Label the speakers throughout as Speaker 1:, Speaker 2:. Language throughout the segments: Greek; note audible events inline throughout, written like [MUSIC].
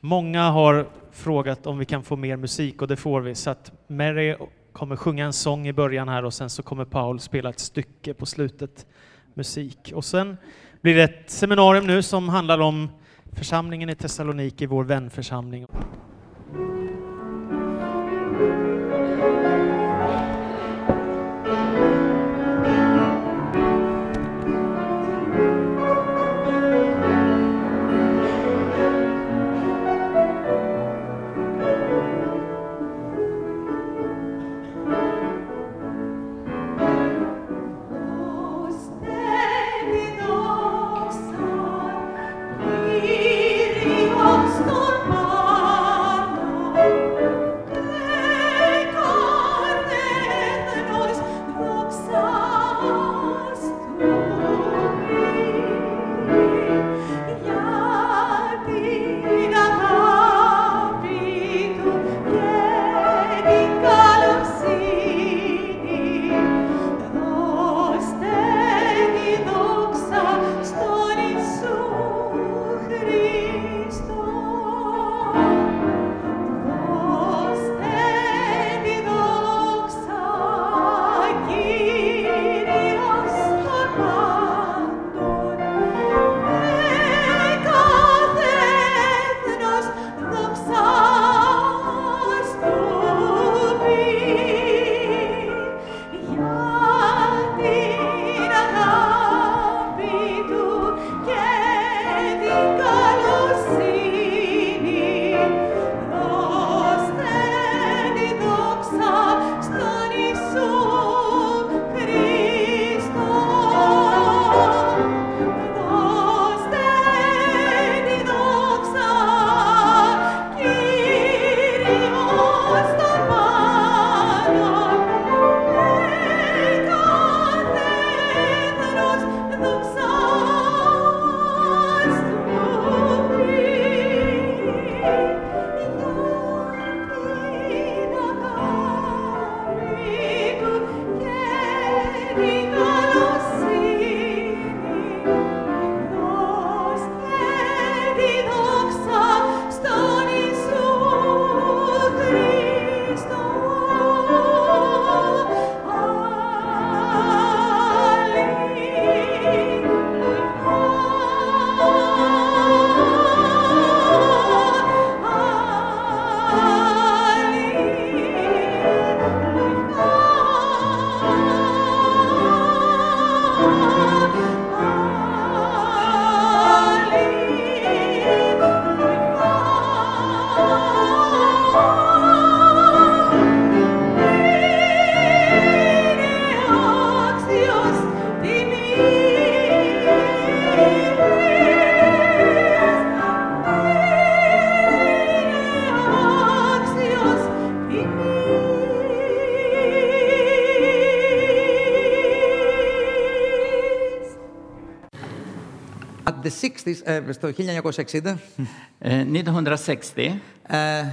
Speaker 1: Många har frågat om vi kan få mer musik och det får vi. Så att Mary kommer sjunga en sång i början här och sen så kommer Paul spela ett stycke på slutet musik. Och sen blir det ett seminarium nu som handlar om församlingen i Thessaloniki, vår vänförsamling.
Speaker 2: At the 60s, eh, στο 1960,
Speaker 3: Eh, 1960
Speaker 2: uh,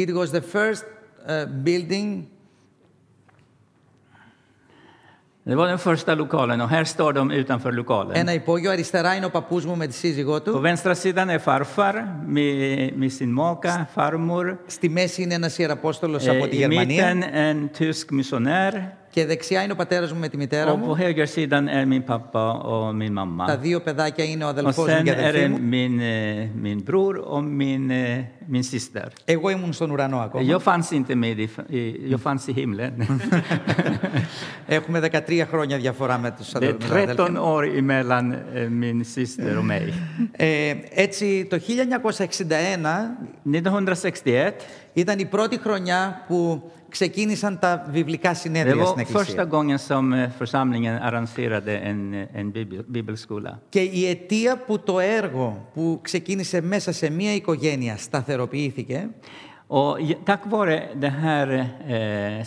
Speaker 2: it was the first uh, building
Speaker 3: det var den första lokalen och här står de utanför lokalen.
Speaker 2: Ένα υπόγειο, αριστερά είναι ο παππούς μου με τη σύζυγό
Speaker 3: På
Speaker 2: του.
Speaker 3: vänstra sidan är farfar med, med sin maka, farmor.
Speaker 2: Στη μέση είναι ένας ιεραπόστολος
Speaker 3: Eh,
Speaker 2: από τη
Speaker 3: I mitten
Speaker 2: Γερμανία.
Speaker 3: en tysk missionär.
Speaker 2: Και δεξιά είναι ο πατέρας μου με τη μητέρα
Speaker 3: Och på
Speaker 2: μου.
Speaker 3: högersidan är min pappa och min
Speaker 2: Τα
Speaker 3: mamma.
Speaker 2: δύο παιδάκια είναι ο
Speaker 3: Och
Speaker 2: αδελφός μου
Speaker 3: sen
Speaker 2: και η
Speaker 3: är
Speaker 2: αδελφή
Speaker 3: det
Speaker 2: μου.
Speaker 3: min, eh, min bror och min, eh, min syster.
Speaker 2: Εγώ ήμουν στον ουρανό ακόμα.
Speaker 3: Jag fanns inte med i, i- jag fanns i himlen.
Speaker 2: [LAUGHS] Έχουμε 13 χρόνια διαφορά με τους
Speaker 3: Det
Speaker 2: αδελ- με τα
Speaker 3: är 13
Speaker 2: αδέλφια.
Speaker 3: år emellan eh, min syster och mig.
Speaker 2: Ε, έτσι, το 1961
Speaker 3: 1961,
Speaker 2: ήταν η πρώτη χρονιά που ξεκίνησαν τα βιβλικά
Speaker 3: det
Speaker 2: συνέδρια στην
Speaker 3: var första
Speaker 2: Εκκλησία.
Speaker 3: gången som eh, församlingen arrangerade en, eh, en bibel, bibelskola.
Speaker 2: Και η αιτία που το έργο που ξεκίνησε μέσα σε μία οικογένεια σταθεροποιήθηκε
Speaker 3: Och ge- tack vare den här eh,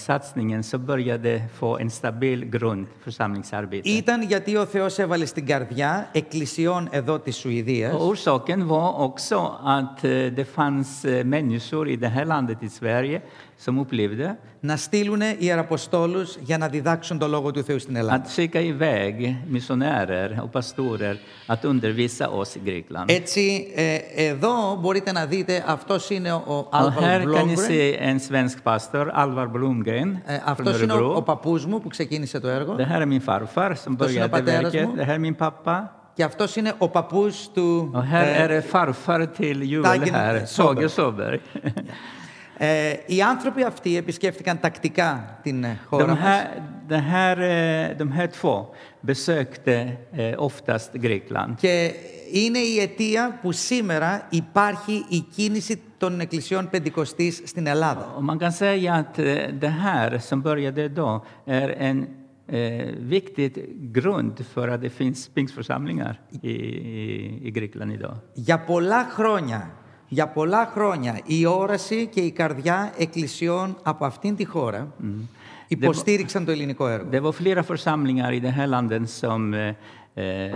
Speaker 3: satsningen så började få en stabil grund församlingsarbete.
Speaker 4: Ήταν γιατί ο Θεός έβαλε στην καρδιά εκκλησιών εδώ της Σουηδίας
Speaker 3: Och orsaken var också att eh, det fanns eh, människor i det här landet, i Sverige, som upplevde
Speaker 4: να στείλουν ιεραποστόλους για να διδάξουν το Λόγο του Θεού στην Ελλάδα.
Speaker 3: att skicka iväg missionärer och pastorer att undervisa oss i Grekland.
Speaker 4: Έτσι, ε, εδώ μπορείτε να δείτε, αυτός είναι ο
Speaker 3: Och
Speaker 4: Άλβαρο
Speaker 3: här kan ni
Speaker 4: Blomgren. Eh,
Speaker 3: se en svensk pastor, Alvar Blomgren,
Speaker 4: Ε,
Speaker 3: från
Speaker 4: αυτός είναι ο, ο
Speaker 3: Örebro.
Speaker 4: παππούς μου που ξεκίνησε το έργο.
Speaker 3: Det här är min farfar som
Speaker 4: Αυτός είναι ο
Speaker 3: började
Speaker 4: πατέρας
Speaker 3: verket.
Speaker 4: μου.
Speaker 3: Det här är min pappa.
Speaker 4: Και αυτός είναι ο παππούς του...
Speaker 3: Och här
Speaker 4: ε,
Speaker 3: är det farfar till Joel
Speaker 4: Dagen
Speaker 3: här,
Speaker 4: Soberg.
Speaker 3: Tage Eh, [LAUGHS] Soberg.
Speaker 4: Ε, οι άνθρωποι αυτοί επισκέφτηκαν tακτικά την ε, χώρα
Speaker 3: De
Speaker 4: μας.
Speaker 3: här, den här, eh, de här två besökte eh, oftast Grekland.
Speaker 4: Και είναι η αιτία που σήμερα υπάρχει η κίνηση των εκκλησιών Πεντηκοστής στην Ελλάδα.
Speaker 3: Och man kan säga att eh, det här som började då är en eh, viktig grund för att det finns pingstförsamlingar i, i, i Grekland idag.
Speaker 4: Για πολλά χρόνια, για πολλά χρόνια η όραση και η καρδιά εκκλησιών από αυτήν τη χώρα υποστήριξαν το ελληνικό έργο.
Speaker 3: Det var flera församlingar i det här landet som, eh, eh,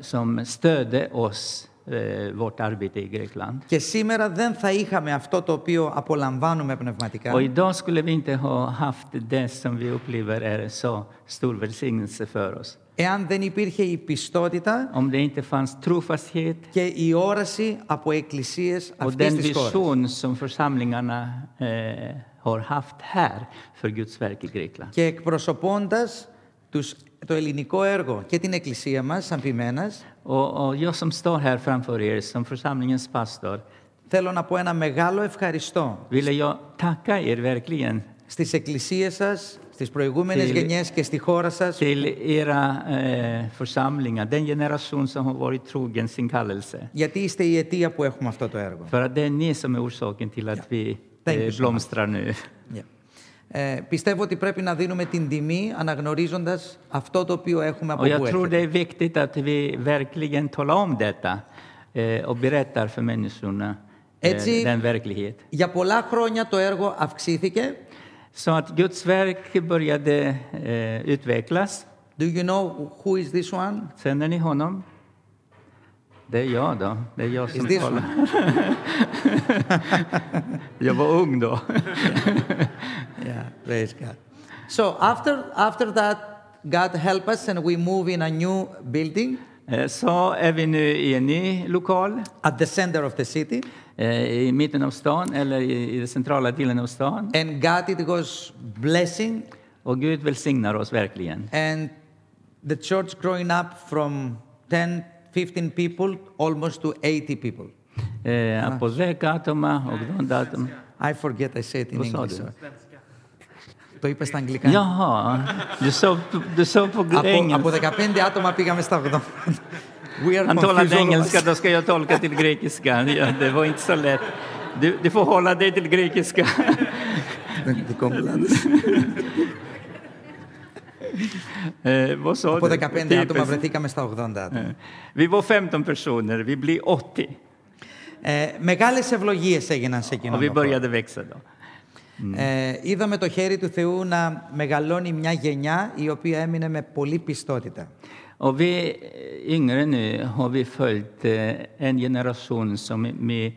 Speaker 3: som stödde oss, eh, vårt arbete i Grekland.
Speaker 4: Και σήμερα δεν θα είχαμε αυτό το οποίο απολαμβάνουμε πνευματικά
Speaker 3: Och idag skulle vi inte ha haft det som vi upplever är så stor välsignelse för oss.
Speaker 4: εάν δεν υπήρχε η πιστότητα
Speaker 3: Om det inte fanns trofasthet
Speaker 4: και η όραση από εκκλησίες
Speaker 3: och
Speaker 4: αυτής
Speaker 3: den
Speaker 4: της χώρας.
Speaker 3: vision som församlingarna eh, har haft här för Guds verk i Grekland.
Speaker 4: και εκπροσωπώντας τους, το ελληνικό έργο και την εκκλησία μας σαν ποιμένας,
Speaker 3: Och, och jag som står här framför er som församlingens pastor
Speaker 4: θέλω να πω ένα μεγάλο ευχαριστώ
Speaker 3: ville jag tacka er verkligen
Speaker 4: στις εκκλησίες σας, στις προηγούμενες
Speaker 3: Τη-
Speaker 4: γενιές και στη χώρα σας
Speaker 3: till era eh, församlingar, den generation som har varit trogen sin kallelse.
Speaker 4: γιατί είστε η αιτία που έχουμε αυτό το έργο.
Speaker 3: För att det är ni som är orsaken till att vi
Speaker 4: Thank you
Speaker 3: eh,
Speaker 4: so
Speaker 3: blomstrar nu.
Speaker 4: Yeah. Ε, πιστεύω ότι πρέπει να δίνουμε την τιμή αναγνωρίζοντας αυτό το οποίο έχουμε από
Speaker 3: Och
Speaker 4: πού
Speaker 3: jag tror
Speaker 4: έρχεται.
Speaker 3: det är viktigt att vi verkligen talar om detta eh, och berättar för människorna eh,
Speaker 4: Έτσι-
Speaker 3: den verklighet.
Speaker 4: Για πολλά χρόνια το έργο αυξήθηκε.
Speaker 3: Så att Guds verk började eh, utvecklas.
Speaker 4: Do you know who is this one?
Speaker 3: Känner ni honom? Det är jag då. Det är jag som
Speaker 4: this
Speaker 3: talar. [LAUGHS]
Speaker 4: [LAUGHS]
Speaker 3: jag var ung då.
Speaker 4: Yeah, praise God. So after after that, God help us, and we move in a new building
Speaker 3: Eh, Så är vi nu i en ny lokal
Speaker 4: at the center of the city.
Speaker 3: eh, i mitten av stan eller i i den centrala delen av stan.
Speaker 4: And God, it was blessing,
Speaker 3: Och Gud välsignar oss verkligen.
Speaker 4: and the church growing up from 10, 15 people almost to 80 people.
Speaker 3: Eh, από 10 άτομα, 80 άτομα.
Speaker 4: I forget I said it in
Speaker 3: Πώς το
Speaker 4: English.
Speaker 3: λέτε?
Speaker 4: sorry. Το είπα στα αγγλικά.
Speaker 3: Jaha, du såg, du såg på
Speaker 4: Από, από
Speaker 3: engelska.
Speaker 4: 15 άτομα πήγαμε στα 80. We are
Speaker 3: Han
Speaker 4: confused
Speaker 3: talade
Speaker 4: all of
Speaker 3: engelska,
Speaker 4: us.
Speaker 3: då ska jag tolka till grekiska. Ja, det var inte så lätt. Du, du får hålla dig till grekiska.
Speaker 4: Δεν- δικό μου λάθος.
Speaker 3: Eh, vad sa
Speaker 4: Από
Speaker 3: du?
Speaker 4: 15
Speaker 3: Typiskt.
Speaker 4: άτομα βρεθήκαμε στα 80 άτομα.
Speaker 3: Eh, Vi var 15 personer, vi blev 80
Speaker 4: Ε, μεγάλες ευλογίες έγιναν σε εκείνον
Speaker 3: och vi
Speaker 4: τον χώρο.
Speaker 3: började växa då.
Speaker 4: Ε, είδαμε το χέρι του Θεού να μεγαλώνει μια γενιά η οποία έμεινε με πολλή πιστότητα.
Speaker 3: Och vi eh, yngre nu har vi följt eh, en generation som med,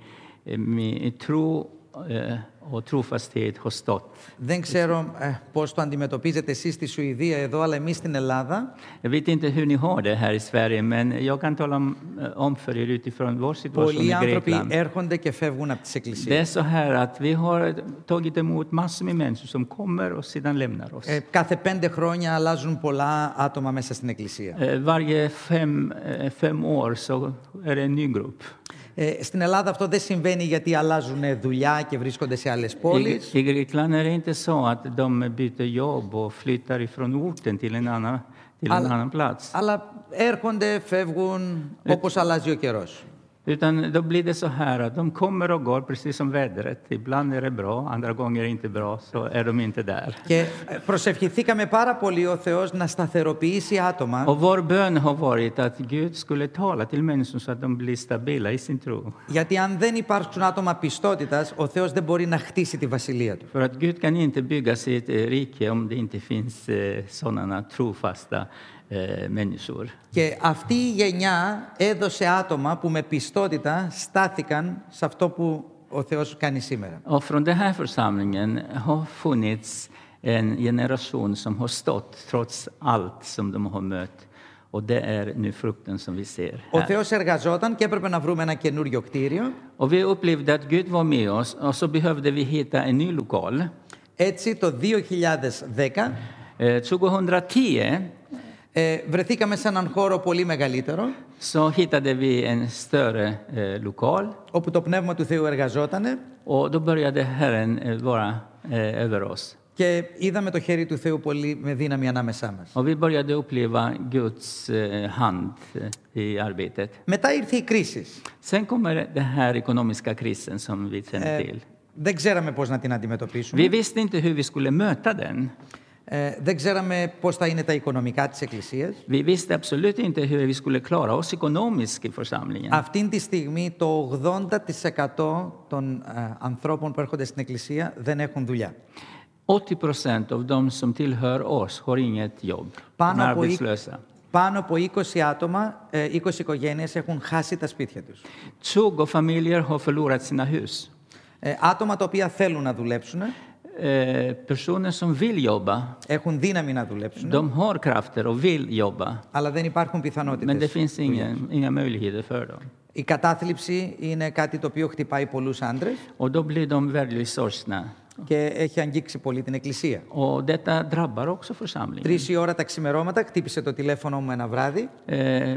Speaker 3: eh, med tro eh, och trofasthet har stått
Speaker 4: Δεν ξέρω ε, πώς το αντιμετωπίζετε εσείς στη Σουηδία εδώ, αλλά εμείς στην Ελλάδα
Speaker 3: Jag vet inte hur ni har det här i Sverige, men jag kan tala om, eh, om för er utifrån vår situation
Speaker 4: πολλοί
Speaker 3: i
Speaker 4: άνθρωποι
Speaker 3: Grekland.
Speaker 4: έρχονται και φεύγουν από τις
Speaker 3: Det
Speaker 4: εκκλησίες.
Speaker 3: är så här att vi har tagit emot massor med människor som kommer och sedan lämnar oss.
Speaker 4: Ε, κάθε πέντε χρόνια αλλάζουν πολλά άτομα μέσα στην εκκλησία.
Speaker 3: Eh, Varje fem, eh, fem år så är det en ny grupp.
Speaker 4: Ε, στην Ελλάδα αυτό δεν συμβαίνει γιατί αλλάζουν δουλειά και βρίσκονται σε άλλες
Speaker 3: I,
Speaker 4: πόλεις.
Speaker 3: I Grekland är det inte så att de byter jobb och flyttar ifrån orten till en annan, till en
Speaker 4: Alla-
Speaker 3: annan plats.
Speaker 4: Αλλά έρχονται, φεύγουν, όπως αλλάζει ο καιρός.
Speaker 3: Utan då blir det så här att de kommer och går precis som vädret. Ibland är det bra, andra gånger inte bra, så är de inte där.
Speaker 4: Και ε, προσευχηθήκαμε πάρα πολύ ο Θεός να σταθεροποιήσει άτομα
Speaker 3: Och vår bön har varit att Gud skulle tala till människor så att de blir stabila i sin tro.
Speaker 4: Γιατί αν δεν υπάρξουν άτομα πιστότητας, ο Θεός δεν μπορεί να χτίσει τη βασιλεία του.
Speaker 3: För att Gud kan inte bygga sitt eh, rike om det inte finns eh, sådana trofasta eh, människor.
Speaker 4: Και αυτή η γενιά έδωσε άτομα που με πιστότητα στάθηκαν σε αυτό που ο Θεός κάνει σήμερα.
Speaker 3: Och från den här församlingen har funnits en generation som har stått trots allt som de har mött. Och det är nu frukten som vi ser
Speaker 4: Ο
Speaker 3: här.
Speaker 4: Θεός εργαζόταν και έπρεπε να βρούμε ένα καινούριο κτίριο.
Speaker 3: Och vi upplevde att Gud var med oss och så behövde vi hitta en ny lokal.
Speaker 4: Έτσι το 2010
Speaker 3: Eh, 2010
Speaker 4: ε, βρεθήκαμε σε έναν χώρο πολύ μεγαλύτερο
Speaker 3: så hittade vi en större eh, lokal
Speaker 4: όπου το Πνεύμα του Θεού εργαζότανε
Speaker 3: och då började Herren eh, vara eh, över oss.
Speaker 4: και είδαμε το χέρι του Θεού πολύ με δύναμη ανάμεσά μας.
Speaker 3: Och vi började uppleva Guds eh, hand eh, i arbetet.
Speaker 4: Μετά ήρθε η κρίση.
Speaker 3: Sen kommer den här ekonomiska krisen som vi känner till.
Speaker 4: δεν ξέραμε πώς να την αντιμετωπίσουμε.
Speaker 3: Vi visste inte hur vi skulle möta den.
Speaker 4: Ε, δεν ξέραμε πώς θα είναι τα οικονομικά της Εκκλησίας.
Speaker 3: Vi visste absolut inte hur vi skulle klara oss ekonomiskt i församlingen.
Speaker 4: Αυτή τη στιγμή το 80% των ε, ανθρώπων που έρχονται στην Εκκλησία δεν έχουν δουλειά.
Speaker 3: 80 procent av de som tillhör oss har inget jobb. De är
Speaker 4: Πάνω από, είκ-
Speaker 3: arbetslösa.
Speaker 4: πάνω από 20 άτομα, ε, 20 οικογένειες έχουν χάσει τα σπίτια τους.
Speaker 3: 20 familjer har förlorat sina hus.
Speaker 4: Ε, άτομα τα οποία θέλουν να δουλέψουν,
Speaker 3: Eh, Personer som vill jobba,
Speaker 4: έχουν δύναμη να δουλέψουν,
Speaker 3: de har krafter och vill jobba.
Speaker 4: αλλά δεν υπάρχουν πιθανότητες.
Speaker 3: Men det finns ingen, inga möjligheter för dem.
Speaker 4: Η κατάθλιψη είναι κάτι το οποίο χτυπάει πολλούς άντρες
Speaker 3: Och då blir de väldigt sorgsna.
Speaker 4: και έχει αγγίξει πολύ την Εκκλησία.
Speaker 3: Och detta drabbar också församlingen.
Speaker 4: Τρεις η ώρα τα ξημερώματα χτύπησε το τηλέφωνο μου ένα βράδυ.
Speaker 3: Eh,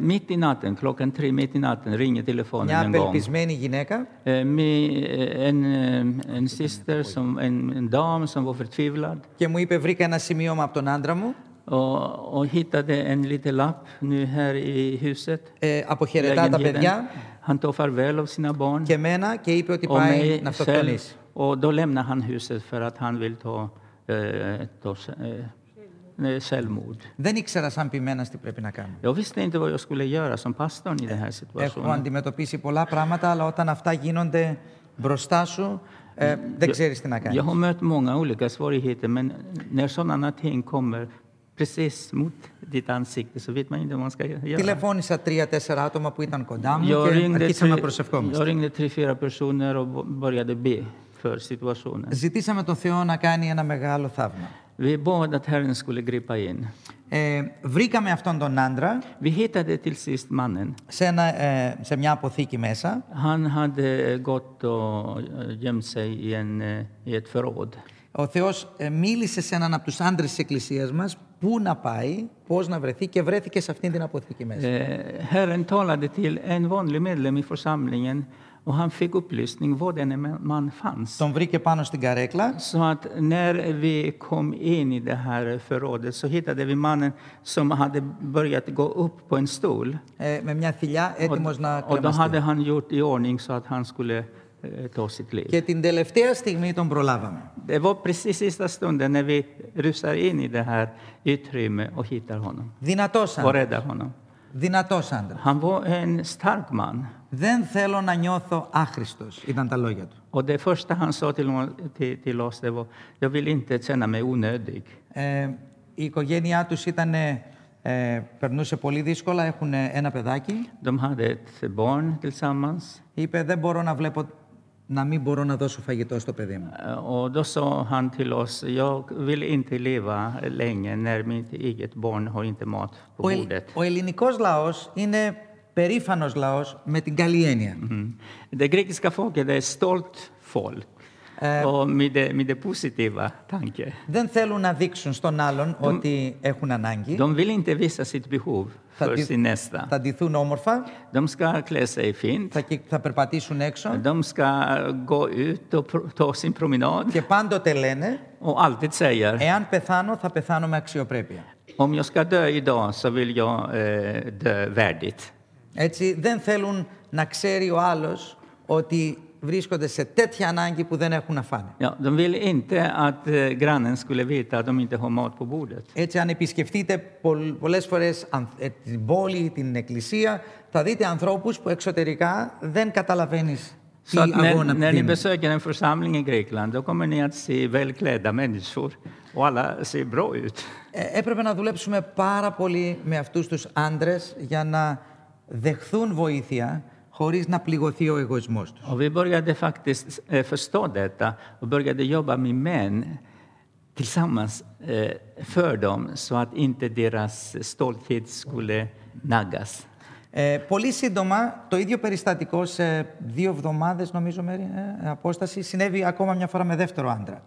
Speaker 3: mitt i natten, klockan tre mitt i natten, ringer telefonen
Speaker 4: Μια
Speaker 3: en gång.
Speaker 4: απελπισμένη γυναίκα
Speaker 3: Eh, med eh, en, eh, en syster, som, en, en dam som var förtvivlad.
Speaker 4: και μου είπε: Βρήκα ένα σημείωμα από τον άντρα μου.
Speaker 3: Och, och hittade en liten lapp nu här i huset.
Speaker 4: Ε, αποχαιρετά τα
Speaker 3: Lägenheten.
Speaker 4: παιδιά
Speaker 3: Han tar farväl av sina barn
Speaker 4: και εμένα και είπε ότι
Speaker 3: och
Speaker 4: πάει να
Speaker 3: mig själv.
Speaker 4: αυτοκτονήσει.
Speaker 3: Och då lämnar han huset för att han vill ta, eh, ta eh, nej, självmord.
Speaker 4: Δεν ήξερα σαν ποιμένα τι πρέπει να κάνω.
Speaker 3: Jag visste inte vad jag skulle göra som pastorn i den här
Speaker 4: Έχω
Speaker 3: situationen.
Speaker 4: αντιμετωπίσει πολλά πράγματα, αλλά όταν αυτά γίνονται μπροστά σου, ε, δεν ξέρεις τι να
Speaker 3: Jag
Speaker 4: κάνει.
Speaker 3: har mött många olika svårigheter, men när sådana ting kommer precis mot ditt ansikte så vet man inte vad man ska göra.
Speaker 4: Τηλεφώνησα τρία-τέσσερα άτομα που ήταν κοντά μου
Speaker 3: Jag
Speaker 4: και
Speaker 3: ringde,
Speaker 4: αρχίσαμε να
Speaker 3: tre-
Speaker 4: προσευχόμαστε.
Speaker 3: jag ringde tre, fyra personer och bo- började be för situationen.
Speaker 4: Ζητήσαμε τον Θεό να κάνει ένα μεγάλο θαύμα.
Speaker 3: Vi bad att Herren skulle gripa in.
Speaker 4: Ε, βρήκαμε αυτόν τον άντρα
Speaker 3: Vi hittade till sist mannen.
Speaker 4: σε, ένα, ε, σε μια αποθήκη μέσα
Speaker 3: Han hade eh, gått och eh, gömt sig i, en, eh, i ett förråd.
Speaker 4: Ο Θεός ε, μίλησε σε έναν από τους άντρες της Εκκλησίας μας πού να πάει, πώς να βρεθεί και βρέθηκε σε αυτήν την αποθήκη μέσα.
Speaker 3: Eh, Herren talade till en vanlig medlem i församlingen och han fick upplysning var denne man fanns.
Speaker 4: Τον βρήκε πάνω στην καρέκλα
Speaker 3: Så att när vi kom in i det här förrådet så hittade vi mannen som hade börjat gå upp på en stol.
Speaker 4: ε, με μια θηλιά έτοιμος να
Speaker 3: Och då
Speaker 4: κρεμαστεί.
Speaker 3: hade han gjort i ordning så att han skulle eh, ta sitt liv.
Speaker 4: Και την τελευταία στιγμή τον προλάβαμε.
Speaker 3: Det var precis sista stunden när vi rusar in i det här utrymmet och hittar honom
Speaker 4: Δυνατός
Speaker 3: och
Speaker 4: άντρα.
Speaker 3: räddar honom.
Speaker 4: Δυνατός άντρα.
Speaker 3: Han var en stark man.
Speaker 4: Δεν θέλω να νιώθω άχρηστος, ήταν τα λόγια του.
Speaker 3: Och det första han sa till, till, till oss det var jag vill inte känna mig onödig.
Speaker 4: Ε, η οικογένειά τους ήταν, ε, ε, περνούσε πολύ δύσκολα, έχουν ε, ένα παιδάκι.
Speaker 3: De hade ett barn tillsammans.
Speaker 4: Είπε δεν μπορώ να βλέπω να μην μπορώ να δώσω φαγητό στο παιδί μου.
Speaker 3: Eh, Och då sa han till oss, jag vill inte leva länge när mitt eget barn har inte mat på
Speaker 4: Ο, ελ,
Speaker 3: bordet.
Speaker 4: ο ελληνικός λαός είναι περήφανος λαός με την καλή έννοια.
Speaker 3: Mm. Det grekiska folket är ett stolt folk. Och med det, med det positiva tanke.
Speaker 4: Δεν θέλουν να δείξουν στον άλλον ότι έχουν ανάγκη.
Speaker 3: De vill inte visa sitt behov för
Speaker 4: det-
Speaker 3: sin nästa.
Speaker 4: Θα ντυθούν όμορφα,
Speaker 3: De ska klä sig fint.
Speaker 4: θα, κυ- θα περπατήσουν έξω
Speaker 3: De ska gå ut och pro- ta sin promenad
Speaker 4: και πάντοτε λένε
Speaker 3: och alltid säger
Speaker 4: «Εάν πεθάνω, θα πεθάνω με αξιοπρέπεια».
Speaker 3: om jag ska dö idag så vill jag eh, dö värdigt.
Speaker 4: Έτσι, δεν θέλουν να ξέρει ο άλλος ότι βρίσκονται σε τέτοια ανάγκη που δεν έχουν να φάνε.
Speaker 3: Ja, de ville inte att eh, grannen skulle veta att de inte har mat på bordet.
Speaker 4: Έτσι, αν επισκεφτείτε πολλ- πολλές φορές αν- ε, την πόλη, την εκκλησία, θα δείτε ανθρώπους που εξωτερικά δεν καταλαβαίνεις τι
Speaker 3: Så att när,
Speaker 4: αγώνα
Speaker 3: när ni
Speaker 4: δίνουν.
Speaker 3: besöker en församling i Grekland då kommer ni att se välklädda människor och alla ser bra ut.
Speaker 4: Ε, Έπρεπε να δουλέψουμε πάρα πολύ με αυτούς τους άντρες για να δεχθούν βοήθεια χωρίς να πληγωθεί ο εγωισμός τους.
Speaker 3: Och vi började faktiskt eh, förstå detta och började jobba med män tillsammans eh, för dem så att inte deras stolthet skulle naggas.
Speaker 4: Ε, πολύ σύντομα, το ίδιο περιστατικό σε δύο εβδομάδες, νομίζω, Μέρη, ε, απόσταση, συνέβη ακόμα μια φορά με δεύτερο άντρα.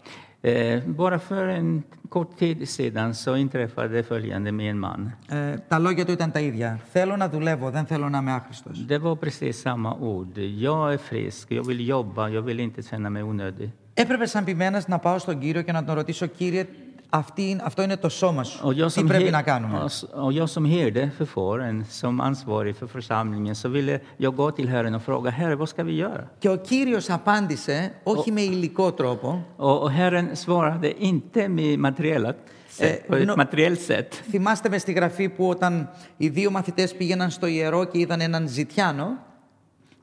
Speaker 3: Eh, Bara för en kort tid sedan så inträffade följande med en man.
Speaker 4: Ε, τα λόγια του ήταν τα ίδια. Θέλω να δουλεύω, δεν θέλω να είμαι άχρηστος.
Speaker 3: Det var precis samma ord. Jag är frisk, jag vill jobba, jag vill inte känna mig onödig.
Speaker 4: Έπρεπε σαν ποιμένας να πάω στον κύριο και να τον ρωτήσω, κύριε, αυτή, είναι- αυτό είναι το σώμα σου.
Speaker 3: Och jag
Speaker 4: Τι
Speaker 3: som,
Speaker 4: πρέπει
Speaker 3: her-
Speaker 4: να κάνουμε.
Speaker 3: och s- och jag som herde för fåren, som ansvarig för församlingen, så ville jag gå till Herren och fråga Herre, vad ska vi göra?
Speaker 4: Και ο κύριος απάντησε, όχι με υλικό τρόπο,
Speaker 3: Och, och Herren svarade inte med materiella, sätt, på ett
Speaker 4: no-
Speaker 3: materiellt sätt.
Speaker 4: Θυμάστε με στη γραφή που όταν οι δύο μαθητές πήγαιναν στο ιερό και είδαν έναν ζητιάνο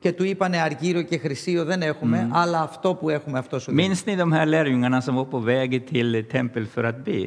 Speaker 4: και του είπανε αργύριο και χρυσίο δεν έχουμε, αλλά αυτό που έχουμε αυτό σου δίνω.
Speaker 3: Minns ni de här lärjungarna som var på väg till tempel för att be?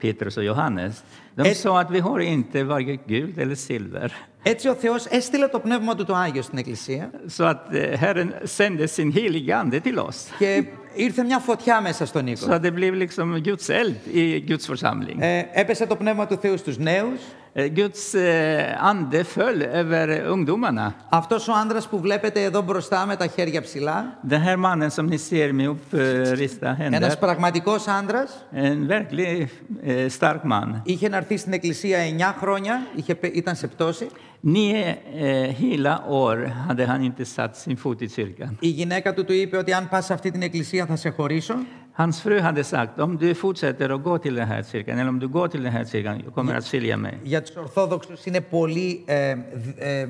Speaker 3: Petrus och Johannes. De
Speaker 4: Ett-
Speaker 3: sa att vi har inte varken guld eller silver.
Speaker 4: Έτσι ο Θεός έστειλε το πνεύμα του το Άγιο στην εκκλησία
Speaker 3: Så att eh, Herren sände sin heliga Ande till oss.
Speaker 4: και ήρθε μια φωτιά μέσα στον Νίκο.
Speaker 3: Så att det blev liksom Guds eld i Guds församling.
Speaker 4: Ε, έπεσε το πνεύμα του Θεού στους νέους.
Speaker 3: Eh, Guds eh, ande föll över ungdomarna.
Speaker 4: Αυτός ο άντρας που βλέπετε εδώ μπροστά με τα χέρια ψηλά,
Speaker 3: Den här mannen som ni ser med upprista
Speaker 4: ένας
Speaker 3: händer,
Speaker 4: πραγματικός άντρας,
Speaker 3: en verklig eh, stark man.
Speaker 4: είχε να έρθει στην εκκλησία 9 χρόνια, είχε, πε- ήταν σε πτώση.
Speaker 3: Nio eh, hela år hade han inte satt sin fot i kyrkan.
Speaker 4: Η γυναίκα του του είπε ότι αν πας σε αυτή την εκκλησία θα σε χωρίσω.
Speaker 3: Hans fru hade sagt, om du fortsätter att gå till den här kyrkan, eller om du går till den här kyrkan, jag kommer att skilja mig.
Speaker 4: Για τους Ορθόδοξους είναι πολύ ε, δ- ε,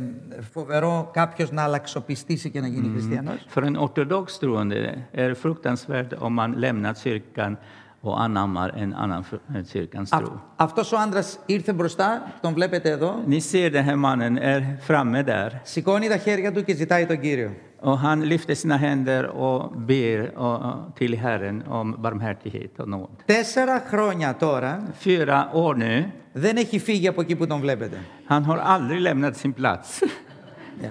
Speaker 4: φοβερό κάποιος να αλλαξοπιστήσει και να γίνει χριστιανός.
Speaker 3: För en ortodox troende är det fruktansvärt om man lämnar kyrkan och anammar en annan fr- kyrkans
Speaker 4: Α,
Speaker 3: tro.
Speaker 4: αυτός ο άντρας ήρθε μπροστά, τον βλέπετε εδώ,
Speaker 3: Ni ser den här mannen är framme där
Speaker 4: σηκώνει τα χέρια του και ζητάει τον Κύριο.
Speaker 3: och han lyfter sina händer och ber och, till Herren om barmhärtighet och nåd.
Speaker 4: Τέσσερα χρόνια τώρα
Speaker 3: Fyra år nu,
Speaker 4: δεν έχει φύγει από εκεί που τον βλέπετε.
Speaker 3: han har aldrig lämnat sin plats.
Speaker 4: Ναι.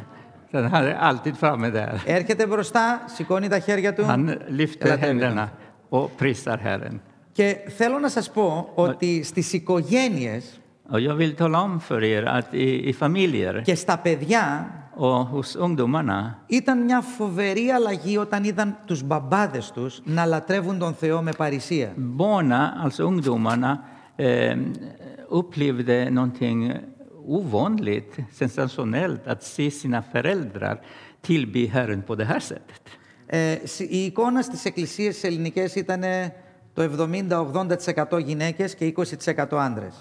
Speaker 3: Så Han är alltid framme där.
Speaker 4: Έρχεται μπροστά, σηκώνει τα χέρια του
Speaker 3: Han lyfter
Speaker 4: Ελάτε,
Speaker 3: händerna och prisar Herren.
Speaker 4: και θέλω να σας πω ότι στις οικογένειες
Speaker 3: Och jag vill tala om för er att i, i familjer
Speaker 4: και στα παιδιά
Speaker 3: och hos ungdomarna
Speaker 4: Ήταν μια φοβερή αλλαγή όταν είδαν τους μπαμπάδες τους να λατρεύουν τον Θεό με παρησία.
Speaker 3: Barna, alltså ungdomarna, eh, upplevde någonting ovanligt, sensationellt, att se sina föräldrar tillbe Herren på det här sättet.
Speaker 4: Ε, σι- η εικόνα στις εκκλησίες της ελληνικές ήταν το 70-80% γυναίκες και 20% άνδρες.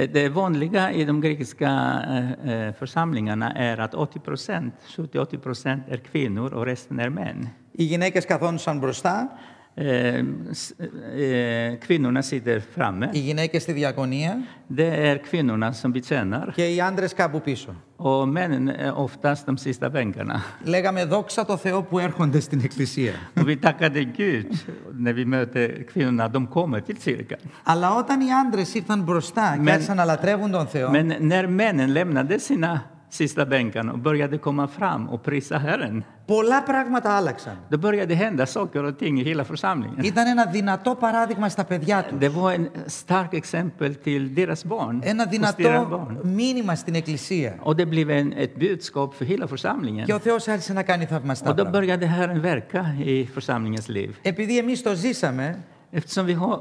Speaker 3: Eh, Det vanliga i de grekiska eh, eh, församlingarna är att 80 procent, 70-80 procent är kvinnor och resten är män.
Speaker 4: Οι γυναίκες καθόντουσαν μπροστά,
Speaker 3: Eh, s- eh, Kvinnorna sitter framme.
Speaker 4: οι γυναίκες στη διακονία
Speaker 3: Det är kvinnorna som betjänar
Speaker 4: και οι άνδρες κάπου πίσω.
Speaker 3: och männen är oftast de sista bänkarna.
Speaker 4: Λέγαμε δόξα το Θεό που έρχονται στην εκκλησία.
Speaker 3: Och vi tackade Gud när vi mötte kvinnorna, de kommer till kyrkan.
Speaker 4: Αλλά όταν οι άνδρες ήρθαν μπροστά και
Speaker 3: Μεν-
Speaker 4: άρχισαν να λατρεύουν τον Θεό,
Speaker 3: Men när männen lämnade sina sista bänkar och började komma fram och prisa Herren,
Speaker 4: πολλά πράγματα άλλαξαν.
Speaker 3: då började det hända saker och ting i hela församlingen.
Speaker 4: Ήταν ένα δυνατό παράδειγμα στα παιδιά τους.
Speaker 3: Det var ett starkt exempel till deras barn,
Speaker 4: ένα
Speaker 3: hos deras
Speaker 4: δυνατό
Speaker 3: barn.
Speaker 4: μήνυμα στην εκκλησία.
Speaker 3: Och det blev en, ett budskap för hela församlingen.
Speaker 4: Και ο Θεός άρχισε να κάνει θαυμαστά
Speaker 3: Och då
Speaker 4: πράγματα.
Speaker 3: började Herren verka i församlingens liv.
Speaker 4: Επειδή εμείς το ζήσαμε,
Speaker 3: Eftersom vi har,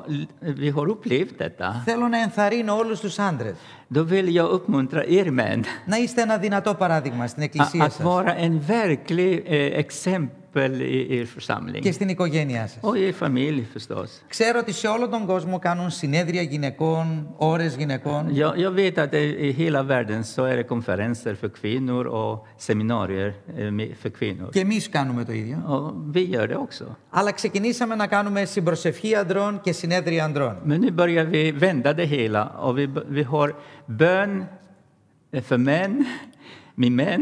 Speaker 3: vi har upplevt detta,
Speaker 4: θέλω να ενθαρρύνω όλους τους άντρες
Speaker 3: då vill jag uppmuntra er män
Speaker 4: να είστε ένα δυνατό παράδειγμα στην
Speaker 3: A-
Speaker 4: εκκλησία
Speaker 3: Att
Speaker 4: σας.
Speaker 3: vara en verklig eh, exempel exempel i er församling.
Speaker 4: και στην οικογένειά σας.
Speaker 3: Och i er familj förstås.
Speaker 4: Ξέρω ότι σε όλο τον κόσμο κάνουν συνέδρια γυναικών, ώρες γυναικών.
Speaker 3: Jag, jag vet att det- i hela världen så är det konferenser för kvinnor och seminarier eh, med- för kvinnor.
Speaker 4: Και εμείς κάνουμε το ίδιο.
Speaker 3: Och vi gör det också.
Speaker 4: Αλλά ξεκινήσαμε να κάνουμε συμπροσευχή ανδρών και συνέδρια ανδρών.
Speaker 3: Men nu börjar vi vända det hela och vi, b- vi har bön eh, för män, [LAUGHS] med män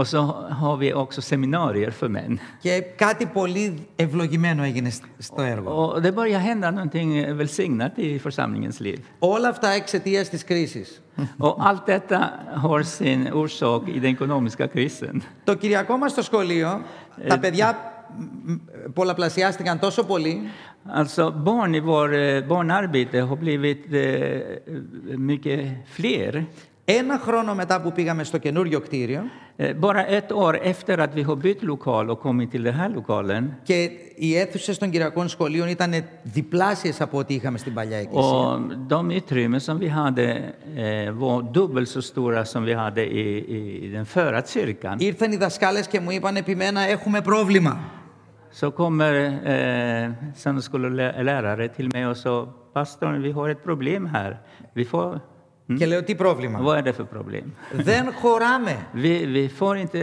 Speaker 3: och så har vi också seminarier för män.
Speaker 4: Και κάτι πολύ ευλογημένο έγινε σ- στο έργο.
Speaker 3: Och det börjar hända någonting eh, välsignat i församlingens liv.
Speaker 4: Όλα αυτά εξαιτίας της κρίσης.
Speaker 3: Och allt detta har sin orsak i den ekonomiska krisen.
Speaker 4: Το Κυριακό μας στο σχολείο, τα παιδιά μ, μ, πολλαπλασιάστηκαν τόσο πολύ
Speaker 3: Alltså barn i vår eh, barnarbete har blivit eh, mycket fler.
Speaker 4: ένα χρόνο μετά που πήγαμε στο καινούριο κτίριο
Speaker 3: Eh, Bara ett år efter att vi har bytt lokal och kommit till den här lokalen
Speaker 4: και οι αίθουσες των Κυριακών σχολείων ήταν διπλάσιες από ό,τι είχαμε στην παλιά εκκλησία.
Speaker 3: Och de utrymmen som vi hade eh, var dubbelt så stora som vi hade i, i, i den förra kyrkan.
Speaker 4: Ήρθαν οι δασκάλες και μου είπαν επιμένα έχουμε πρόβλημα.
Speaker 3: Så kommer eh, söndagsskollärare till mig och sa pastorn, vi har ett problem här. Vi får...
Speaker 4: Και λέω τι πρόβλημα.
Speaker 3: Vad är det för problem?
Speaker 4: Δεν χωράμε.
Speaker 3: Vi, vi, får inte,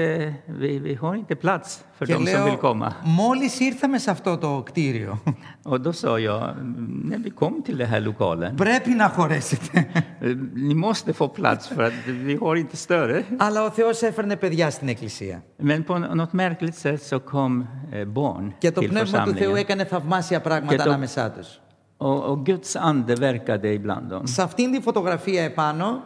Speaker 3: vi, vi har inte plats för
Speaker 4: Και
Speaker 3: de som vill
Speaker 4: λέω,
Speaker 3: komma.
Speaker 4: μόλις ήρθαμε σε αυτό το κτίριο, [LAUGHS]
Speaker 3: Och då sa jag, "Mm, när vi kom till den här lokalen,
Speaker 4: πρέπει να
Speaker 3: [LAUGHS]
Speaker 4: χωρέσετε.
Speaker 3: eh, ni måste få plats för att vi har inte större.
Speaker 4: Αλλά ο Θεός έφερνε παιδιά στην εκκλησία.
Speaker 3: Men på något märkligt sätt så kom eh, barn
Speaker 4: Και το
Speaker 3: till
Speaker 4: Πνεύμα του Θεού
Speaker 3: församlingen.
Speaker 4: έκανε θαυμάσια πράγματα
Speaker 3: Και το-
Speaker 4: ανάμεσά τους.
Speaker 3: Och, och Guds ande verkade ibland dem.
Speaker 4: Σε αυτήν τη fotografία επάνω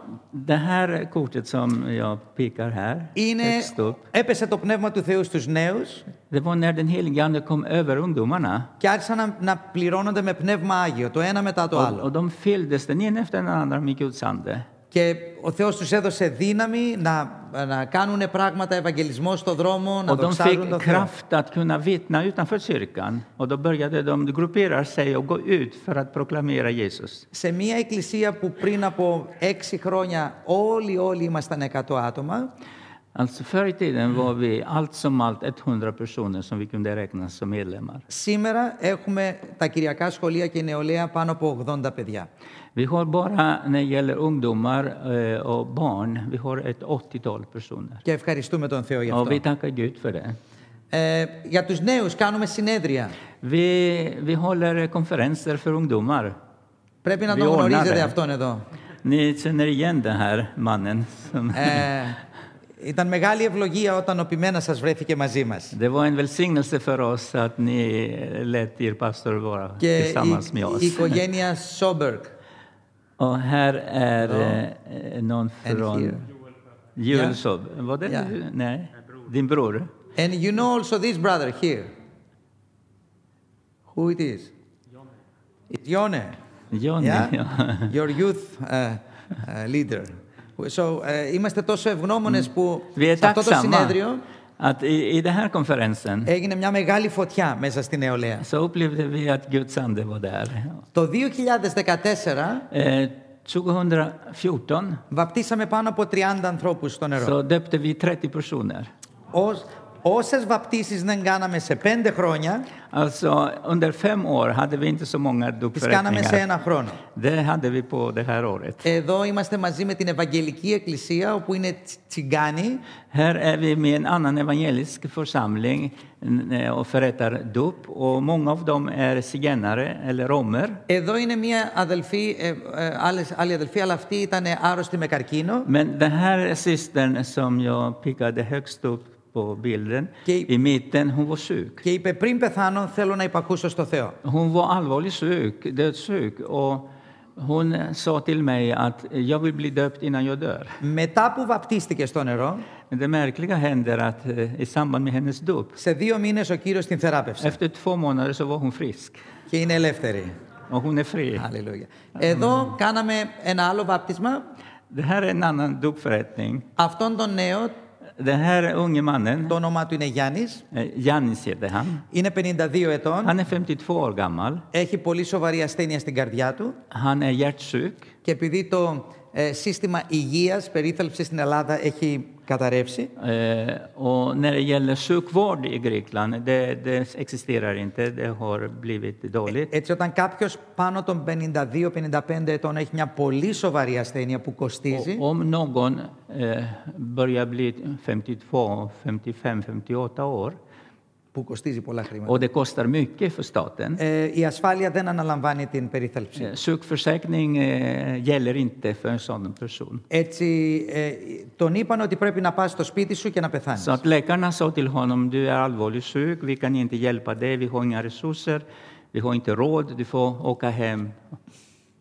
Speaker 3: Det här kortet som jag pekar här,
Speaker 4: είναι...
Speaker 3: högst upp,
Speaker 4: έπεσε το Πνεύμα του Θεού στους νέους
Speaker 3: det var när den helige Ande kom över ungdomarna.
Speaker 4: και άρχισαν να, να πληρώνονται με Πνεύμα Άγιο, το ένα μετά το
Speaker 3: Och,
Speaker 4: άλλο.
Speaker 3: och de fylldes den ena efter den andra med Guds ande.
Speaker 4: Και ο Θεός τους έδωσε δύναμη να, να κάνουν πράγματα, ευαγγελισμό στον δρόμο, να
Speaker 3: Och de
Speaker 4: δοξάζουν
Speaker 3: fick
Speaker 4: τον Θεό.
Speaker 3: kraft att kunna vittna utanför kyrkan. Och då började de gruppera sig och gå ut för att proklamera Jesus.
Speaker 4: Σε μια εκκλησία που πριν από έξι χρόνια όλοι όλοι ήμασταν 100 άτομα,
Speaker 3: Alltså förr i tiden var vi allt som allt 100 personer som vi kunde räkna som medlemmar.
Speaker 4: σήμερα έχουμε τα Κυριακά σχολεία και η νεολαία πάνω από 80 παιδιά.
Speaker 3: Vi har bara när det gäller ungdomar eh, och barn, vi har ett 80-tal personer.
Speaker 4: Και ευχαριστούμε τον Θεό γι' αυτό.
Speaker 3: Och vi tackar Gud för det.
Speaker 4: Ε, για τους νέους κάνουμε συνέδρια.
Speaker 3: Vi, vi håller konferenser för ungdomar.
Speaker 4: Πρέπει να τον
Speaker 3: Βιώναρε.
Speaker 4: γνωρίζετε αυτόν εδώ.
Speaker 3: Ni känner igen den här mannen. Som
Speaker 4: Ε, ήταν μεγάλη ευλογία όταν ο Πιμένας σας βρέθηκε μαζί μας.
Speaker 3: Det var en välsignelse för oss att ni lät er pastor vara
Speaker 4: Και
Speaker 3: tillsammans
Speaker 4: η,
Speaker 3: med oss.
Speaker 4: η οικογένεια Σόμπεργκ.
Speaker 3: Och här är eh, eh, någon
Speaker 4: And
Speaker 3: från
Speaker 4: here.
Speaker 3: Joel
Speaker 4: Yeah.
Speaker 3: Sob. Var det
Speaker 4: Yeah.
Speaker 3: du? Nej, din bror.
Speaker 4: And you know also this brother here. Who it is? It's Yone.
Speaker 3: Johnny.
Speaker 4: Yeah? [LAUGHS]
Speaker 3: ja.
Speaker 4: Your youth uh, uh, leader. So, ε, είμαστε τόσο ευγνώμονες που
Speaker 3: Vi är
Speaker 4: σε αυτό το
Speaker 3: tacksamma
Speaker 4: συνέδριο
Speaker 3: att i, i den här konferensen
Speaker 4: έγινε μια μεγάλη φωτιά μέσα στη νεολαία.
Speaker 3: så upplevde vi att Guds ande var där.
Speaker 4: Το 2014
Speaker 3: Eh, 2014
Speaker 4: Βαπτίσαμε πάνω από 30 ανθρώπους στο νερό.
Speaker 3: så döpte vi 30 personer.
Speaker 4: Ως, όσες βαπτίσεις δεν κάναμε σε 5 χρόνια,
Speaker 3: Alltså, under fem år hade vi inte så många
Speaker 4: τις κάναμε σε
Speaker 3: dopförrättningar.
Speaker 4: ένα χρόνο.
Speaker 3: Det hade vi på det här året.
Speaker 4: Εδώ είμαστε μαζί με την Ευαγγελική Εκκλησία, όπου είναι τσι- τσιγκάνοι
Speaker 3: Här är vi med en annan evangelisk församling eh, och förrättar dop. Och många av dem är zigenare eller romer.
Speaker 4: Εδώ είναι μια αδελφή, ε, ε, άλλες- άλλη αδελφή, αλλά αυτή ήταν άρρωστη με καρκίνο.
Speaker 3: Men den här systern som jag pickade högst upp på bilden,
Speaker 4: Okej.
Speaker 3: i mitten, hon var sjuk.
Speaker 4: Και είπε πριν πεθάνω θέλω να υπακούσω στο Θεό.
Speaker 3: Hon var allvarligt sjuk, dödssjuk. Och hon sa till mig att jag vill bli döpt innan jag dör.
Speaker 4: Μετά που βαπτίστηκε στο νερå,
Speaker 3: Men det märkliga händer att eh, i samband med hennes dop,
Speaker 4: σε δύο μήνες ο Κύριος την θεράπευσε
Speaker 3: efter två månader så var hon frisk.
Speaker 4: και είναι ελεύθερη.
Speaker 3: Och hon är fri.
Speaker 4: Αλληλούια. Εδώ κάναμε ένα άλλο βάπτισμα.
Speaker 3: Det här är en annan dopförrättning.
Speaker 4: Αυτόν τον νέο
Speaker 3: Den här unge mannen,
Speaker 4: Το όνομά του είναι Γιάννης.
Speaker 3: eh, Janis heter han.
Speaker 4: Είναι 52 ετών.
Speaker 3: Han är 52 år gammal.
Speaker 4: Έχει πολύ σοβαρή ασθένεια στην καρδιά του.
Speaker 3: Han är hjärtsjuk.
Speaker 4: Και επειδή το ε, σύστημα υγείας, περίθαλψης στην Ελλάδα έχει καταρρεύσει.
Speaker 3: Eh, och när det gäller sjukvård i Grekland, det, det existerar inte, det har blivit dåligt.
Speaker 4: Έτσι, όταν κάποιος πάνω των 52-55 ετών έχει μια πολύ σοβαρή ασθένεια που κοστίζει,
Speaker 3: Och om någon eh, börjar bli 52, 55, 58 år
Speaker 4: που κοστίζει πολλά χρήματα,
Speaker 3: och det kostar mycket för staten.
Speaker 4: ε, η ασφάλεια δεν αναλαμβάνει την περίθαλψη.
Speaker 3: Eh, Sjukförsäkring eh, gäller inte för en sådan person.
Speaker 4: Έτσι, ε, τον είπαν ότι πρέπει να πας στο σπίτι σου και να πεθάνεις.
Speaker 3: Så att läkarna sa till honom, du är allvarligt sjuk, vi kan inte hjälpa dig, vi har inga resurser, vi har inte råd, du får åka hem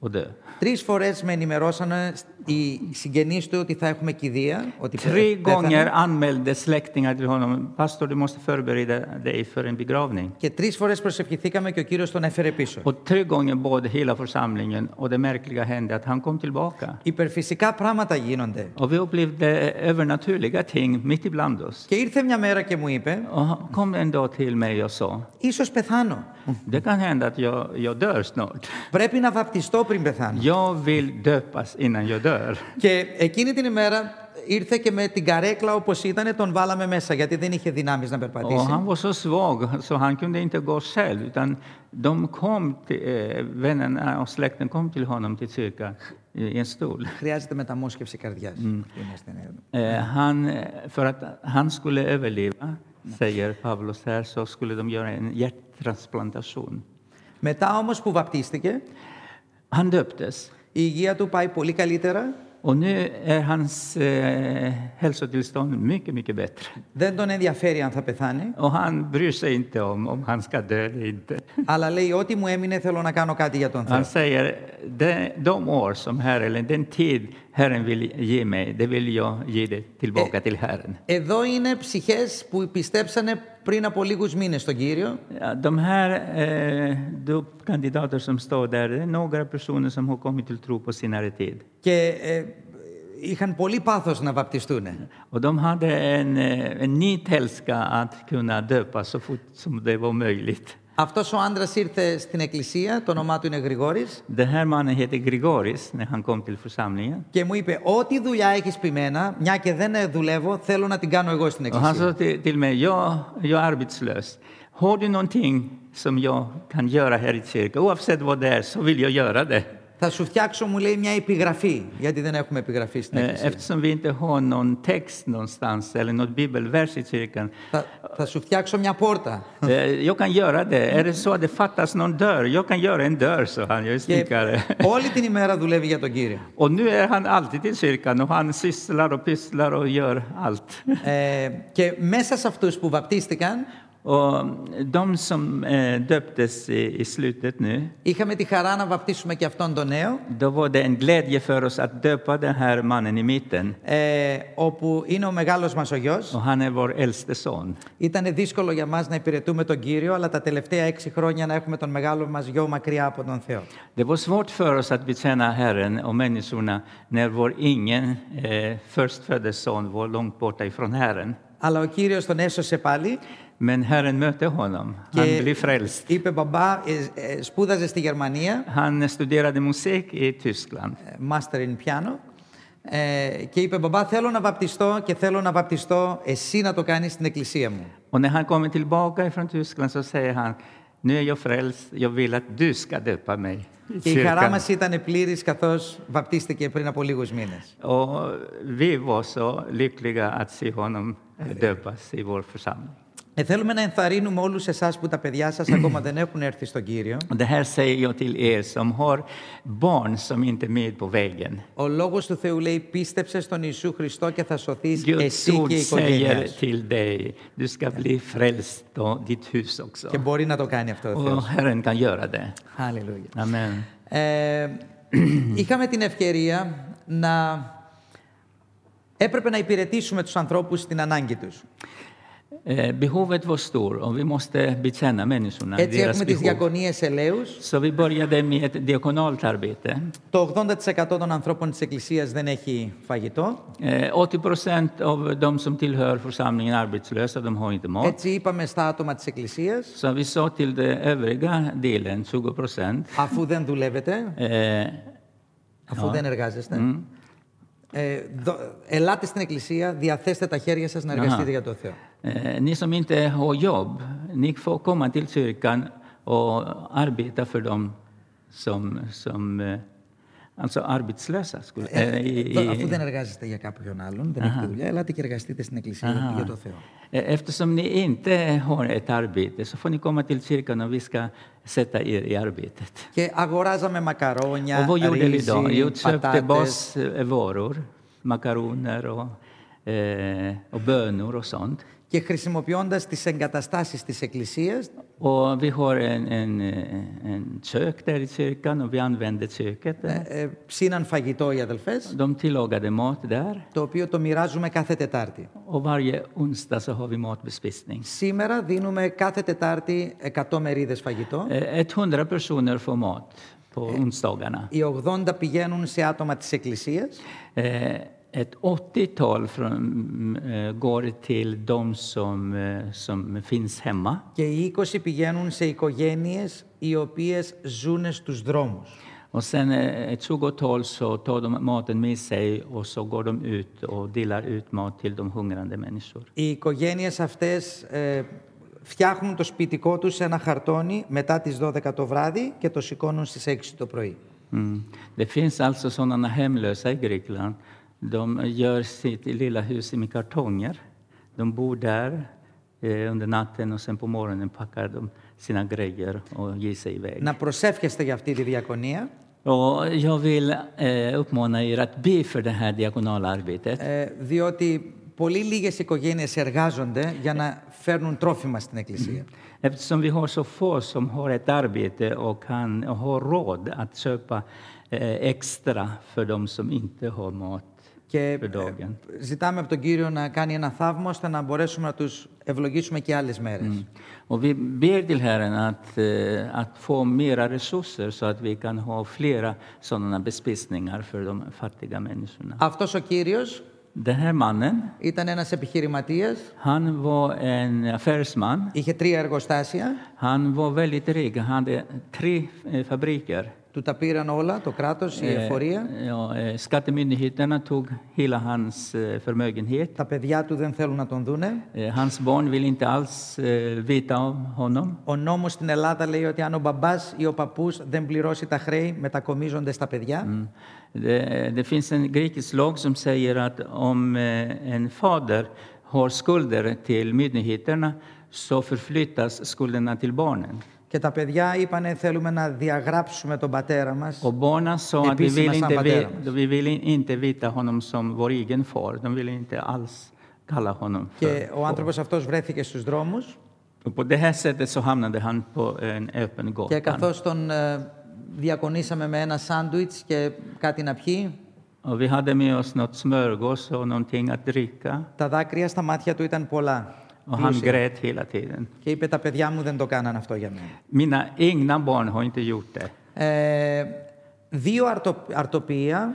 Speaker 3: och dö.
Speaker 4: Τρεις φορές με ενημερώσανε οι συγγενείς του ότι θα έχουμε κηδεία, ότι πε-
Speaker 3: Tre
Speaker 4: πέθανε.
Speaker 3: gånger anmälde släktingar till honom, pastor du måste förbereda dig för en begravning.
Speaker 4: Και τρεις φορές προσευχηθήκαμε και ο Κύριος τον έφερε πίσω.
Speaker 3: Och tre gånger bad hela församlingen och det märkliga hände att han kom tillbaka.
Speaker 4: Υπερφυσικά πράγματα γίνονται.
Speaker 3: Och vi upplevde övernaturliga ting mitt ibland oss.
Speaker 4: Και ήρθε μια μέρα και μου είπε,
Speaker 3: Och han kom en dag till mig och sa,
Speaker 4: ίσως πεθάνω.
Speaker 3: det kan hända att jag, jag dör snart.
Speaker 4: Πρέπει να βαπτιστώ πριν πεθάνω.
Speaker 3: Jag vill döpas innan jag dör.
Speaker 4: Και εκείνη την ημέρα ήρθε και με την καρέκλα όπως ήταν, τον βάλαμε μέσα γιατί δεν είχε δυνάμεις να
Speaker 3: Och
Speaker 4: περπατήσει.
Speaker 3: han var så svag så han kunde inte gå själv utan de kom till, eh, vännerna och släkten kom till honom till kyrkan i i en stol.
Speaker 4: Χρειάζεται μεταμόσχευση καρδιάς. Είναι ασθενή.
Speaker 3: Eh, Han, eh, för att han skulle överleva, säger Pavlos här, så skulle de göra en hjärttransplantation.
Speaker 4: Μετά όμως που βαπτίστηκε,
Speaker 3: Han döptes
Speaker 4: η υγεία του πάει πολύ καλύτερα.
Speaker 3: och nu är hans eh, hälsotillstånd mycket, mycket bättre.
Speaker 4: Δεν τον ενδιαφέρει αν θα πεθάνει,
Speaker 3: Och han bryr sig inte om om han ska dö eller inte.
Speaker 4: αλλά λέει ό,τι μου έμεινε θέλω να κάνω κάτι για τον Θεό.
Speaker 3: Han säger de, de år som Herren, eller den tid Herren vill ge mig, det vill jag ge det tillbaka till Herren.
Speaker 4: Εδώ είναι ψυχές που πιστέψανε πριν από λίγους μήνες τον Κύριο
Speaker 3: Ja, De här eh, dopkandidater som står där, det är några personer som har kommit till tro på senare tid.
Speaker 4: και ε, είχαν πολύ πάθος να βαπτιστούν.
Speaker 3: Och de hade en, eh, en nit älska att kunna döpas så fort som det var möjligt.
Speaker 4: Αυτός ο άντρας ήρθε στην εκκλησία, το όνομά του είναι Γρηγόρης,
Speaker 3: Den här mannen heter Grigoris när han kom till församlingen.
Speaker 4: και μου είπε «Ό,τι δουλειά έχεις πει μένα, μια και δεν ε, δουλεύω, θέλω να την κάνω εγώ στην
Speaker 3: Och han
Speaker 4: εκκλησία».
Speaker 3: sa till, till mig, jag, jag är arbetslös. Har du någonting som jag kan göra här i kyrkan, oavsett vad det är, så vill jag göra det.
Speaker 4: Θα σου φτιάξω, μου λέει, μια επιγραφή, γιατί δεν έχουμε επιγραφή στην
Speaker 3: Eh,
Speaker 4: εκκλησία.
Speaker 3: Eftersom vi inte har någon text någonstans eller något bibelvers i kyrkan.
Speaker 4: Θα, θα σου φτιάξω μια πόρτα.
Speaker 3: Eh, Jag kan göra det. Är det så att det fattas någon dörr, jag kan göra en dörr, sa han. Jag är
Speaker 4: Και
Speaker 3: snickare. [LAUGHS]
Speaker 4: όλη την ημέρα δουλεύει για τον Κύριο.
Speaker 3: Och nu är han alltid i kyrkan och han sysslar och pysslar och gör allt.
Speaker 4: Ε, και μέσα σε αυτούς που βαπτίστηκαν
Speaker 3: Och de som eh, döptes i, i slutet nu,
Speaker 4: είχαμε τη χαρά να βαπτίσουμε και αυτόν τον νέο
Speaker 3: då var det en glädje för oss att döpa den här mannen i mitten.
Speaker 4: ε, όπου είναι ο μεγάλος μας ο γιος.
Speaker 3: Och han är vår äldste son.
Speaker 4: Ήταν δύσκολο για μας να υπηρετούμε τον Κύριο, αλλά τα τελευταία έξι χρόνια να έχουμε τον μεγάλο μας γιο μακριά από τον Θεό.
Speaker 3: Det var svårt för oss att betjäna Herren och människorna när vår ingen eh, förstfödde son var långt borta ifrån Herren.
Speaker 4: Αλλά ο Κύριος τον έσωσε πάλι
Speaker 3: Men Herren mötte honom. Han
Speaker 4: και
Speaker 3: blev frälst.
Speaker 4: είπε «Μπαμπά, ε, ε, σπούδαζε στη Γερμανία,
Speaker 3: Han studerade musik i Tyskland.
Speaker 4: ε, master in piano, ε, και είπε «Μπαμπά, θέλω να βαπτιστώ και θέλω να βαπτιστώ εσύ να το κάνεις στην εκκλησία μου».
Speaker 3: Och när han kommer tillbaka ifrån Tyskland så säger han nu är jag frälst, jag vill att du ska döpa mig i
Speaker 4: Και η χαρά
Speaker 3: kyrkan.
Speaker 4: μας ήταν πλήρης καθώς βαπτίστηκε πριν από λίγους μήνες.
Speaker 3: Och vi var så lyckliga att se honom döpas i vår församling.
Speaker 4: Ε, θέλουμε να ενθαρρύνουμε όλους εσάς που τα παιδιά σας ακόμα δεν έχουν έρθει στον Κύριο.
Speaker 3: Och Det här säger jag till er som har barn som inte är med på vägen.
Speaker 4: Ο Λόγος του Θεού λέει πίστεψε στον Ιησού Χριστό και θα σωθείς
Speaker 3: Guds
Speaker 4: εσύ
Speaker 3: ord
Speaker 4: και η οικογένειάς
Speaker 3: säger
Speaker 4: σου.
Speaker 3: till dig, du ska bli frälst och ditt hus också.
Speaker 4: Και μπορεί να το κάνει αυτό ο
Speaker 3: Och
Speaker 4: Θεός.
Speaker 3: Herren kan göra det.
Speaker 4: Hallelujah.
Speaker 3: Amen.
Speaker 4: Ε, [CLEARS THROAT] είχαμε την ευκαιρία να... Έπρεπε να υπηρετήσουμε τους ανθρώπους στην ανάγκη τους.
Speaker 3: Eh, Behovet var stort och vi måste betjäna människorna,
Speaker 4: Έτσι
Speaker 3: deras
Speaker 4: έχουμε τις
Speaker 3: behov.
Speaker 4: διακονίες ελέους.
Speaker 3: Så vi började med ett diakonalt arbete.
Speaker 4: Το 80% των ανθρώπων της Εκκλησίας δεν έχει φαγητό.
Speaker 3: Eh, 80 procent av de som tillhör församlingen är arbetslösa, de har inte mat.
Speaker 4: Έτσι είπαμε στα άτομα της Εκκλησίας,
Speaker 3: Så vi sa till den övriga delen, 20 procent,
Speaker 4: αφού δεν δουλεύετε,
Speaker 3: eh,
Speaker 4: αφού δεν εργάζεστε,
Speaker 3: mm,
Speaker 4: Ε, δο- ελάτε στην εκκλησία, διαθέστε τα χέρια σας να
Speaker 3: Αχα.
Speaker 4: εργαστείτε για το Θεό.
Speaker 3: Eh, Ni som inte har jobb, ni får komma till kyrkan och arbeta för dem som, som eh, alltså arbetslösa. Skulle, eh, i,
Speaker 4: Δο- Ε, Αφού δεν
Speaker 3: i,
Speaker 4: εργάζεστε για κάποιον άλλον, δεν έχετε δουλειά, ελάτε και εργαστείτε στην εκκλησία
Speaker 3: Αχα.
Speaker 4: για το Θεό.
Speaker 3: Eh, Eftersom ni inte har ett arbete så får ni komma till kyrkan och vi ska sätta er i arbetet.
Speaker 4: Και αγοράζαμε μακαρόνια,
Speaker 3: Och vad gjorde vi
Speaker 4: ρύζι,
Speaker 3: då? Jo, köpte
Speaker 4: πατάτες.
Speaker 3: basvaror, makaroner och, eh, och bönor och sånt.
Speaker 4: Και χρησιμοποιώντας τις εγκαταστάσεις της εκκλησίας,
Speaker 3: Och vi har en, en, eh, en kök där i kyrkan och vi använde köket där.
Speaker 4: ε, ε, ψήναν φαγητό οι αδελφές,
Speaker 3: De tillagade mat där
Speaker 4: το οποίο το μοιράζουμε κάθε Τετάρτη.
Speaker 3: och varje onsdag så har vi matbespisning.
Speaker 4: Σήμερα δίνουμε κάθε Τετάρτη 100 μερίδες φαγητό.
Speaker 3: Eh, 100 personer får mat på onsdagarna.
Speaker 4: Οι 80 πηγαίνουν σε άτομα της εκκλησίας
Speaker 3: Eh, Ett 80-tal från, eh, går till de som, eh, som finns hemma.
Speaker 4: και οι 20 πηγαίνουν σε οικογένειες οι οποίες ζουν στους δρόμους.
Speaker 3: Och sen eh, ett 20-tal så tar de maten med sig och så går de ut och delar ut mat till de hungrande människor.
Speaker 4: Οι οικογένειες αυτές ε, φτιάχνουν το σπιτικό τους σε ένα χαρτόνι μετά τις 12 το βράδυ και το σηκώνουν στις 6 το πρωί.
Speaker 3: Mm. Det finns alltså sådana hemlösa i Grekland. De gör sitt lilla hus med kartonger. De bor där eh, under natten och sen på morgonen packar de sina grejer och ger sig iväg.
Speaker 4: Να προσεύχεστε για αυτή τη διακονία.
Speaker 3: Och jag vill eh, uppmana er att be för det här diakonala arbetet.
Speaker 4: Ε, διότι πολύ λίγες οικογένειες εργάζονται για να φέρνουν τρόφιμα στην εκκλησία.
Speaker 3: Eftersom vi har så få som har ett arbete och kan och har råd att köpa eh, extra för de som inte har mat
Speaker 4: Και
Speaker 3: för dagen.
Speaker 4: ε, ζητάμε από τον Κύριο να κάνει ένα θαύμα ώστε να μπορέσουμε να τους ευλογήσουμε και άλλες μέρες.
Speaker 3: Och vi ber till Herren att, eh, att få mera resurser så att vi kan ha flera sådana bespisningar för de fattiga människorna.
Speaker 4: Αυτός ο Κύριος
Speaker 3: Den här mannen,
Speaker 4: ήταν ένας επιχειρηματίας,
Speaker 3: han var en affärsman.
Speaker 4: είχε τρία εργοστάσια,
Speaker 3: Han var väldigt rik. Han hade tre eh, fabriker.
Speaker 4: του τα πήραν όλα, το κράτος, η εφορία.
Speaker 3: Ja, eh, skattemyndigheterna tog hela hans eh, förmögenhet.
Speaker 4: Τα παιδιά του δεν θέλουν να τον δούνε.
Speaker 3: Eh, Hans barn vill inte alls eh, veta om honom.
Speaker 4: Ο νόμος στην Ελλάδα λέει ότι αν ο μπαμπάς ή ο παππούς δεν πληρώσει τα χρέη, μετακομίζονται στα παιδιά.
Speaker 3: Mm. Det, det finns en grekisk lag som säger att om eh, en fader har skulder till myndigheterna så förflyttas skulderna till barnen.
Speaker 4: Και τα παιδιά είπανε θέλουμε να διαγράψουμε τον πατέρα μας.
Speaker 3: Och barnen sa att vi
Speaker 4: Επίσημα
Speaker 3: vill,
Speaker 4: σαν
Speaker 3: inte,
Speaker 4: πατέρα
Speaker 3: vi, vi vill inte veta honom som vår egen far. De vill inte alls kalla honom för
Speaker 4: Και ο άνθρωπος αυτός βρέθηκε στους δρόμους
Speaker 3: Och på det här sättet så hamnade han på en öppen
Speaker 4: και
Speaker 3: gata.
Speaker 4: καθώς τον ε, διακονήσαμε με ένα σάντουιτς και κάτι να πιει,
Speaker 3: Och vi hade med oss något smörgås och någonting att dricka.
Speaker 4: τα δάκρυα στα μάτια του ήταν πολλά.
Speaker 3: Och han grät hela tiden.
Speaker 4: Και είπε τα παιδιά μου δεν το κάναν αυτό για μένα.
Speaker 3: Mina egna barn har inte gjort det.
Speaker 4: Ε, δύο αρτο, αρτοποιία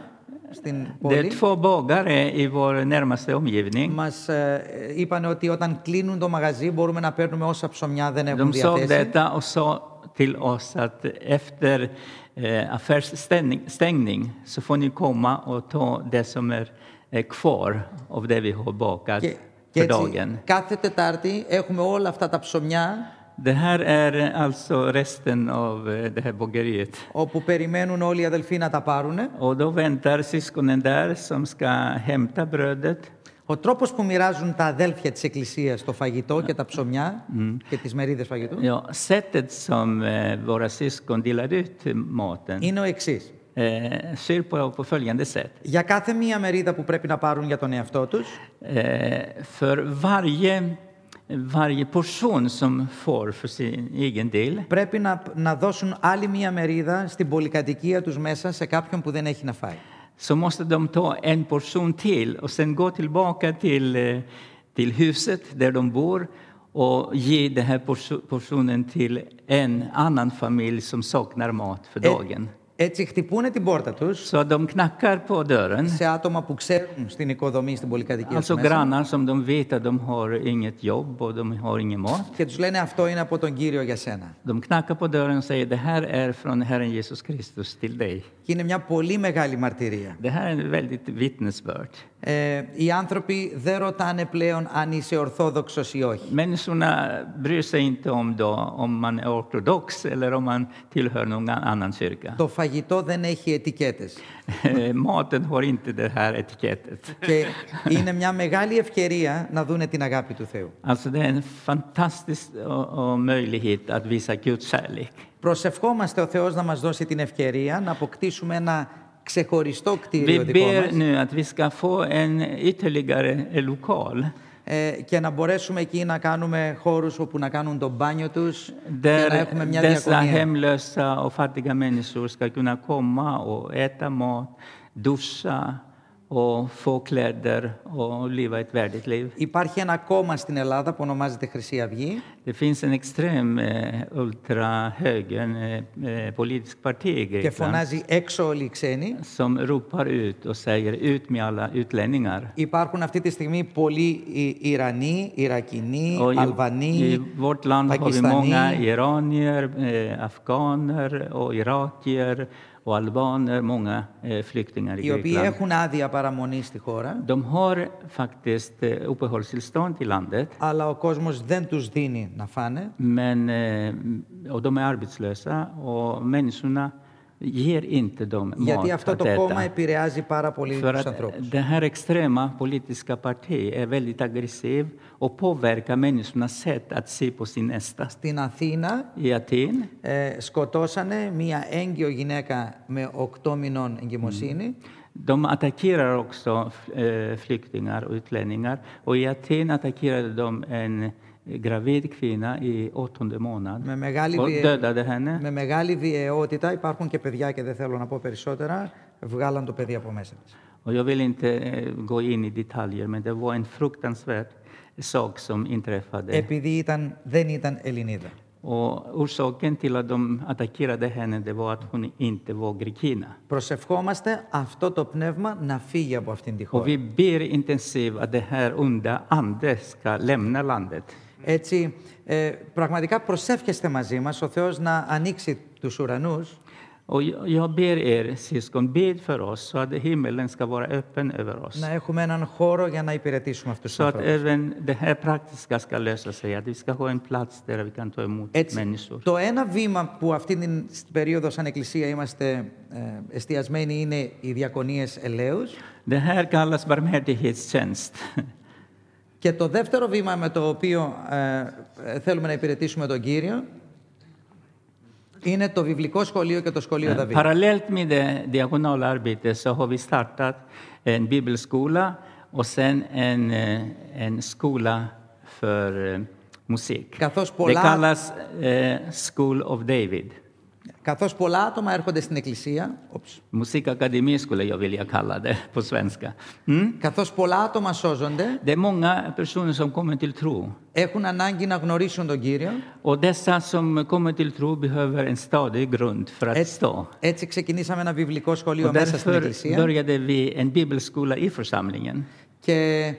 Speaker 4: στην
Speaker 3: Det
Speaker 4: πόλη
Speaker 3: är två bagare i vår närmaste omgivning.
Speaker 4: μας ε, είπαν ότι όταν κλείνουν το μαγαζί μπορούμε να παίρνουμε όσα ψωμιά δεν έχουν
Speaker 3: De såg
Speaker 4: διαθέσει.
Speaker 3: detta och sa till oss att efter eh, affärsstängning stängning så får ni komma och ta det som är eh, kvar av det vi har bakat
Speaker 4: Και, και
Speaker 3: för
Speaker 4: έτσι
Speaker 3: dagen.
Speaker 4: κάθε Τετάρτη έχουμε όλα αυτά τα ψωμιά
Speaker 3: Det här är alltså resten av eh, det här bageriet.
Speaker 4: όπου περιμένουν όλοι οι αδελφοί να τα πάρουν.
Speaker 3: Och då väntar syskonen där som ska hämta brödet.
Speaker 4: Ο τρόπος που μοιράζουν τα αδέλφια της Εκκλησίας το φαγητό και τα ψωμιά και τις μερίδες φαγητού
Speaker 3: Ja, sättet som eh, våra syskon delar ut maten
Speaker 4: είναι ο εξής.
Speaker 3: eh, sker på, på följande sätt.
Speaker 4: Για κάθε μία μερίδα που πρέπει να πάρουν για τον εαυτό τους,
Speaker 3: Eh, för varje, varje portion som får för sin egen del
Speaker 4: πρέπει να, να δώσουν άλλη μία μερίδα στην πολυκατοικία τους μέσα σε κάποιον που δεν έχει να φάει.
Speaker 3: så måste de ta en portion till och sen gå tillbaka till, eh, till huset där de bor och ge den här porso- portionen till en annan familj som saknar mat för
Speaker 4: Ε,
Speaker 3: dagen.
Speaker 4: Έτσι χτυπούν την πόρτα τους
Speaker 3: Så de knackar på dörren.
Speaker 4: σε άτομα που ξέρουν στην οικοδομή, στην πολυκατοικία
Speaker 3: Alltså
Speaker 4: σου μέσα.
Speaker 3: grannar som de vet att de har inget jobb och de har ingen mat.
Speaker 4: και τους λένε αυτό είναι από τον Κύριο για σένα.
Speaker 3: De knackar på dörren och säger det här är från Herren Jesus Kristus till dig.
Speaker 4: Και είναι μια πολύ μεγάλη μαρτυρία.
Speaker 3: Det här är ett väldigt vittnesbörd.
Speaker 4: Ε, οι άνθρωποι δεν ρωτάνε πλέον αν είσαι ορθόδοξος ή όχι.
Speaker 3: Människorna bryr sig inte om då, om man är ortodox eller om man tillhör någon annan kyrka. [LAUGHS]
Speaker 4: Το φαγητό δεν έχει ετικέτες.
Speaker 3: Maten har inte det här etikettet.
Speaker 4: και είναι μια μεγάλη ευκαιρία να δούνε την αγάπη του Θεού.
Speaker 3: Alltså det är en fantastisk och, och möjlighet att visa Guds kärlek.
Speaker 4: Προσευχόμαστε ο Θεός να μας δώσει την ευκαιρία να αποκτήσουμε ένα ξεχωριστό κτίριο
Speaker 3: Vi
Speaker 4: δικό
Speaker 3: ber
Speaker 4: μας
Speaker 3: nu att vi ska få en ytterligare en lokal
Speaker 4: ε, και να μπορέσουμε εκεί να κάνουμε χώρους όπου να κάνουν το μπάνιο τους και να
Speaker 3: där
Speaker 4: έχουμε μια
Speaker 3: dessa
Speaker 4: διακονία.
Speaker 3: hemlösa och fattiga människor ska kunna komma och äta mat, duscha och få kläder och leva ett värdigt liv.
Speaker 4: Υπάρχει ένα κόμμα στην Ελλάδα που ονομάζεται Χρυσή Αυγή
Speaker 3: Det finns en extrem eh, ultrahögern eh, eh, politisk parti i
Speaker 4: και
Speaker 3: Grekland
Speaker 4: φωνάζει έξω όλοι οι ξένοι.
Speaker 3: som ropar ut och säger ut med alla utlänningar.
Speaker 4: Υπάρχουν αυτή τη στιγμή πολλοί Οι- Ιρανοί, Ιρακινοί,
Speaker 3: Och i, I
Speaker 4: Αλβανοί,
Speaker 3: vårt land har vi
Speaker 4: Pakistani.
Speaker 3: många iranier, eh, afghaner och irakier och albaner, många eh, flyktingar i
Speaker 4: οι οποίοι
Speaker 3: Grekland.
Speaker 4: έχουν άδεια παραμονή στη χώρα.
Speaker 3: De har faktiskt eh, uppehållstillstånd i landet,
Speaker 4: αλλά ο κόσμος δεν τους δίνει να φάνε.
Speaker 3: men, eh, och de är arbetslösa och människorna ger inte dem
Speaker 4: γιατί
Speaker 3: mat
Speaker 4: αυτό
Speaker 3: att
Speaker 4: το κόμμα
Speaker 3: äta.
Speaker 4: επηρεάζει πάρα πολύ
Speaker 3: För
Speaker 4: τους
Speaker 3: att
Speaker 4: ανθρώπους.
Speaker 3: det här extrema politiska partiet är väldigt aggressiv och påverkar människornas sätt att se på sin nästa.
Speaker 4: Στην Αθήνα
Speaker 3: I Aten
Speaker 4: ε, σκοτώσανε μία έγκυο γυναίκα με 8 μηνών εγκυμοσύνη
Speaker 3: De attackerar också eh, flyktingar och utlänningar. Och I Aten attackerade de en gravid kvinna i åttonde månad
Speaker 4: με, μεγάλη
Speaker 3: och
Speaker 4: βιαι-
Speaker 3: dödade henne.
Speaker 4: με μεγάλη βιαιότητα. Υπάρχουν και παιδιά και δεν θέλω να πω περισσότερα. Βγάλαν το παιδί από μέσα της.
Speaker 3: Och jag vill inte eh, gå in i detaljer, men det var en fruktansvärd sak som inträffade.
Speaker 4: Επειδή ήταν, δεν ήταν Ελληνίδα.
Speaker 3: Och orsaken till att de attackerade henne det var att hon inte var grekina.
Speaker 4: Προσευχόμαστε αυτό το πνεύμα να fύγει από αυτήν τη χώρα.
Speaker 3: Och vi ber intensivt att det här onda ande ska lämna landet.
Speaker 4: Έτσι, ε, πραγματικά προσεύχεστε μαζί μας ο Θεός να ανοίξει τους ουρανούς
Speaker 3: Och jag jag ber er syskon, bed för oss så att himmelen ska vara öppen över oss.
Speaker 4: να έχουμε έναν χώρο για να υπηρετήσουμε αυτούς τους
Speaker 3: Så att
Speaker 4: ανθρώπους.
Speaker 3: även det här praktiska ska lösa sig, att vi ska ha en plats där vi kan ta emot
Speaker 4: Έτσι,
Speaker 3: människor.
Speaker 4: το ένα βήμα που αυτή την περίοδος σαν Εκκλησία είμαστε ε, εστιασμένοι είναι οι διακονίες ελέους
Speaker 3: Det här kallas barmhärtighetstjänst.
Speaker 4: και το δεύτερο βήμα με το οποίο ε, ε, θέλουμε να υπηρετήσουμε τον Κύριο είναι το βιβλικό σχολείο και το
Speaker 3: Ε,
Speaker 4: σχολείο Δαβίδ.
Speaker 3: Parallellt med det diagonala arbetet så har vi startat en bibelskola och sen en, eh, en skola för eh, musik.
Speaker 4: Καθώς
Speaker 3: Det
Speaker 4: πολλά-
Speaker 3: kallas eh, School of David.
Speaker 4: Καθώς πολλά άτομα έρχονται στην Εκκλησία, Οψ.
Speaker 3: Musikakademi skulle jag vilja kalla det på svenska. Mm.
Speaker 4: καθώς πολλά άτομα σώζονται,
Speaker 3: Det är många personer som kommer till tro.
Speaker 4: έχουν ανάγκη να γνωρίσουν τον Κύριο.
Speaker 3: Och dessa som kommer till tro behöver en stadig grund för att
Speaker 4: Έτσι,
Speaker 3: stå.
Speaker 4: έτσι ξεκινήσαμε ένα βιβλικό σχολείο
Speaker 3: Och
Speaker 4: μέσα στην
Speaker 3: därför
Speaker 4: Εκκλησία.
Speaker 3: började vi en bibelskola i församlingen.
Speaker 4: Και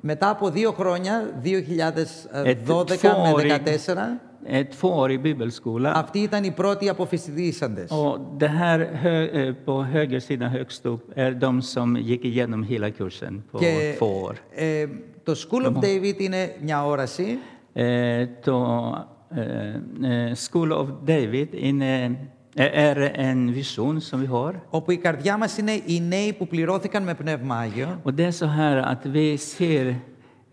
Speaker 4: μετά από δύο χρόνια, 2012
Speaker 3: Ε,
Speaker 4: με
Speaker 3: φόροι.
Speaker 4: 2014,
Speaker 3: En tvåårig bibelskola.
Speaker 4: αυτοί ήταν οι πρώτοι αποφοιτητήσαντες.
Speaker 3: Och det här hö- eh, på höger sida högst upp är de som gick igenom hela kursen på
Speaker 4: Και
Speaker 3: två år.
Speaker 4: ε, το School of David είναι μια όραση
Speaker 3: Eh, Då, eh, eh, School of David inne, eh, är en vision som vi har.
Speaker 4: όπου η καρδιά μας είναι οι νέοι που πληρώθηκαν με Πνεύμα Άγιο
Speaker 3: Och det är så här att vi ser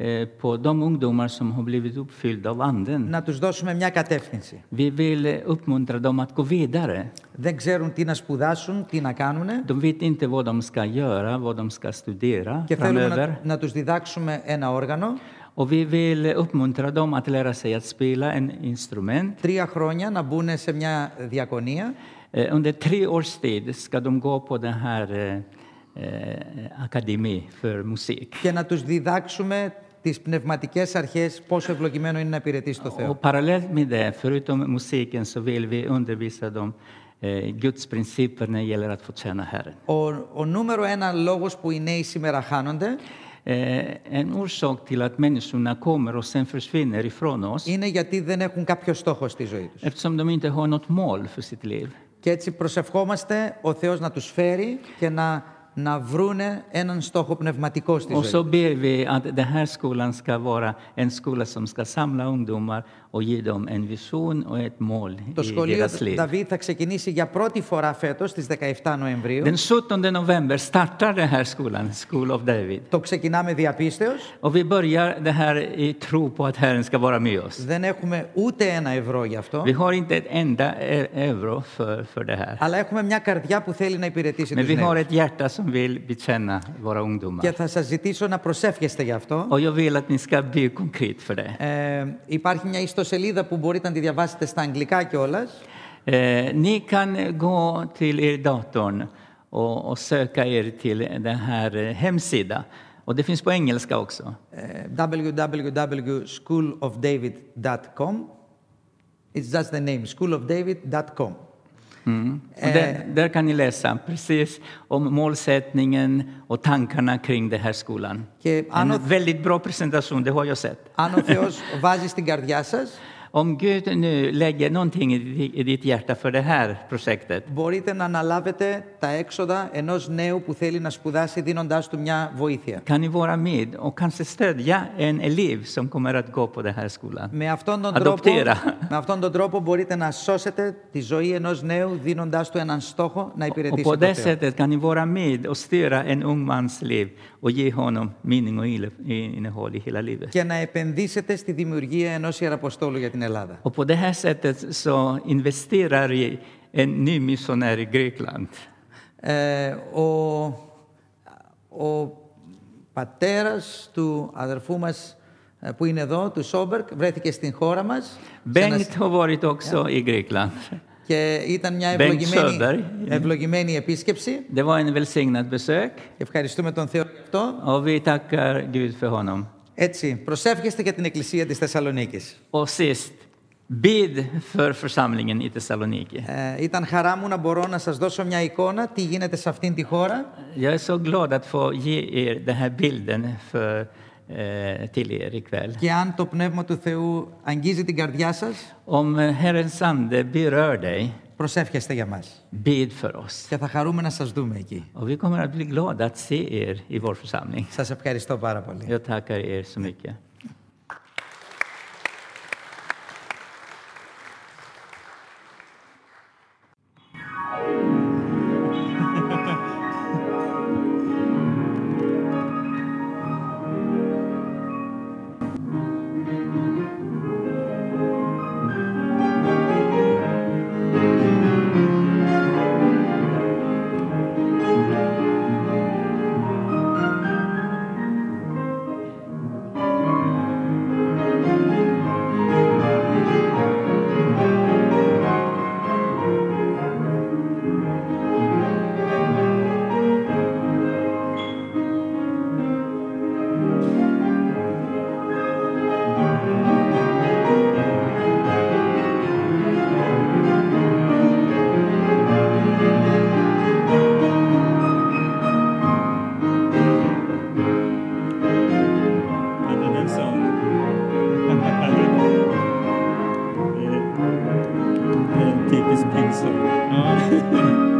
Speaker 3: eh, på de ungdomar som har blivit uppfyllda av Anden.
Speaker 4: να τους δώσουμε μια κατεύθυνση.
Speaker 3: Vi vill eh, uppmuntra dem att gå vidare.
Speaker 4: Δεν ξέρουν τι να σπουδάσουν, τι να κάνουν
Speaker 3: De vet inte vad de ska göra, vad de ska studera
Speaker 4: και θέλουμε να,
Speaker 3: framöver.
Speaker 4: να τους διδάξουμε ένα όργανο.
Speaker 3: Och vi vill uppmuntra dem att lära sig att spela en instrument.
Speaker 4: Τρία χρόνια να μπουν σε μια διακονία
Speaker 3: Eh, Under tre års tid ska de gå på den här eh, eh, akademi för musik.
Speaker 4: και να τους διδάξουμε τις πνευματικές αρχές πόσο ευλογημένο είναι να υπηρετήσει το Θεό.
Speaker 3: Och parallellt med det, förutom musiken, så vill vi undervisa dem eh, Guds principer när det gäller att få tjäna Herren.
Speaker 4: Ο, ο νούμερο ένα λόγος που οι νέοι σήμερα χάνονται
Speaker 3: Eh, en orsak till att människorna kommer och sen försvinner ifrån oss
Speaker 4: είναι γιατί δεν έχουν κάποιο στόχο στη ζωή τους.
Speaker 3: eftersom de inte har något mål för sitt liv.
Speaker 4: Και έτσι προσευχόμαστε ο Θεός να τους φέρει και να, να βρούνε έναν στόχο πνευματικό στη
Speaker 3: Och
Speaker 4: ζωή.
Speaker 3: så ber vi att den här skolan ska vara en skola som ska samla ungdomar och ge dem en vision och ett mål
Speaker 4: Το
Speaker 3: i
Speaker 4: σχολείο
Speaker 3: deras liv.
Speaker 4: Δαβίδ θα ξεκινήσει για πρώτη φορά φέτος στις 17 Νοεμβρίου.
Speaker 3: Den 17 november startar den här skolan, School of David.
Speaker 4: Το ξεκινάμε διαπίστεως.
Speaker 3: Och vi börjar det här i tro på att Herren ska vara med oss.
Speaker 4: Δεν έχουμε ούτε ένα ευρώ γι' αυτό.
Speaker 3: Vi har inte ett enda e- euro för, för det här.
Speaker 4: Αλλά έχουμε μια καρδιά που θέλει να υπηρετήσει
Speaker 3: Men
Speaker 4: τους
Speaker 3: vi har
Speaker 4: νέους.
Speaker 3: ett hjärta som vill betjäna våra
Speaker 4: Και
Speaker 3: ungdomar.
Speaker 4: θα σας ζητήσω να προσεύχεστε γι' αυτό.
Speaker 3: Och jag vill att ni ska bli konkret för det.
Speaker 4: Ε, υπάρχει μια ιστοσελίδα που μπορείτε να τη διαβάσετε στα αγγλικά κιόλας.
Speaker 3: Eh, ni kan gå till er datorn och, och söka er till den här eh, hemsidan. Och det finns på engelska också.
Speaker 4: Ε, www.schoolofdavid.com It's just the name, schoolofdavid.com
Speaker 3: Mm. Och där, där kan ni läsa precis om målsättningen och tankarna kring den här skolan.
Speaker 4: Και αν ο,
Speaker 3: En väldigt bra presentation, det har jag sett.
Speaker 4: αν ο Θεός βάζει στην καρδιά σας,
Speaker 3: Om Gud nu lägger någonting i di- i ditt hjärta för det här projektet
Speaker 4: μπορείτε να αναλάβετε τα έξοδα ενός νέου που θέλει να σπουδάσει δίνοντάς του μια βοήθεια.
Speaker 3: kan ni vara med och kanske stödja en elev som kommer att gå på den här skolan.
Speaker 4: Με αυτόν, τον τρόπο,
Speaker 3: Adoptera.
Speaker 4: με αυτόν τον τρόπο μπορείτε να σώσετε τη ζωή ενός νέου δίνοντάς του έναν στόχο να
Speaker 3: Och
Speaker 4: υπηρετήσει
Speaker 3: på
Speaker 4: τον
Speaker 3: det
Speaker 4: Θεό.
Speaker 3: sättet kan ni vara med och styra en ung mans liv och ge honom mening och ile- innehåll i hela livet.
Speaker 4: και να επενδύσετε στη δημιουργία ενός Ιεραποστόλου για την Ελλάδα.
Speaker 3: Och på det här sättet så investerar vi en ny missionär i Grekland.
Speaker 4: Ε, ο, ο πατέρας του αδερφού μας ε, που είναι εδώ, του Σόμπερκ, βρέθηκε στην χώρα μας σε ένας
Speaker 3: Bengt har varit också i Grekland.
Speaker 4: και ήταν μια
Speaker 3: Bengt
Speaker 4: ευλογημένη,
Speaker 3: Söderberg.
Speaker 4: ευλογημένη επίσκεψη.
Speaker 3: Det var en välsignad besök
Speaker 4: Ευχαριστούμε τον Θεό για αυτό.
Speaker 3: och vi tackar Gud för honom.
Speaker 4: Έτσι, προσεύχεστε για την Εκκλησία της Θεσσαλονίκης.
Speaker 3: Och sist, bid för församlingen i Thessaloniki.
Speaker 4: Ε, ήταν χαρά μου να μπορώ να σας δώσω μια εικόna τι γίνεται σε αυτήν τη χώρα.
Speaker 3: Jag är så glad att få ge er den här bilden för, eh, till er ikväll.
Speaker 4: Και αν το Πνεύμα του Θεού αγγίζει την καρδιά σας,
Speaker 3: Om Herrens ande berör dig,
Speaker 4: προσεύχεστε για μας.
Speaker 3: bid för oss.
Speaker 4: και θα χαρούμε να σας δούμε εκεί.
Speaker 3: Och vi kommer att bli glada att se er i vår församling.
Speaker 4: Σας ευχαριστώ πάρα πολύ.
Speaker 3: Jag tackar er så mycket.
Speaker 5: Under den sång. Det är en typisk pingsång.
Speaker 1: Ja.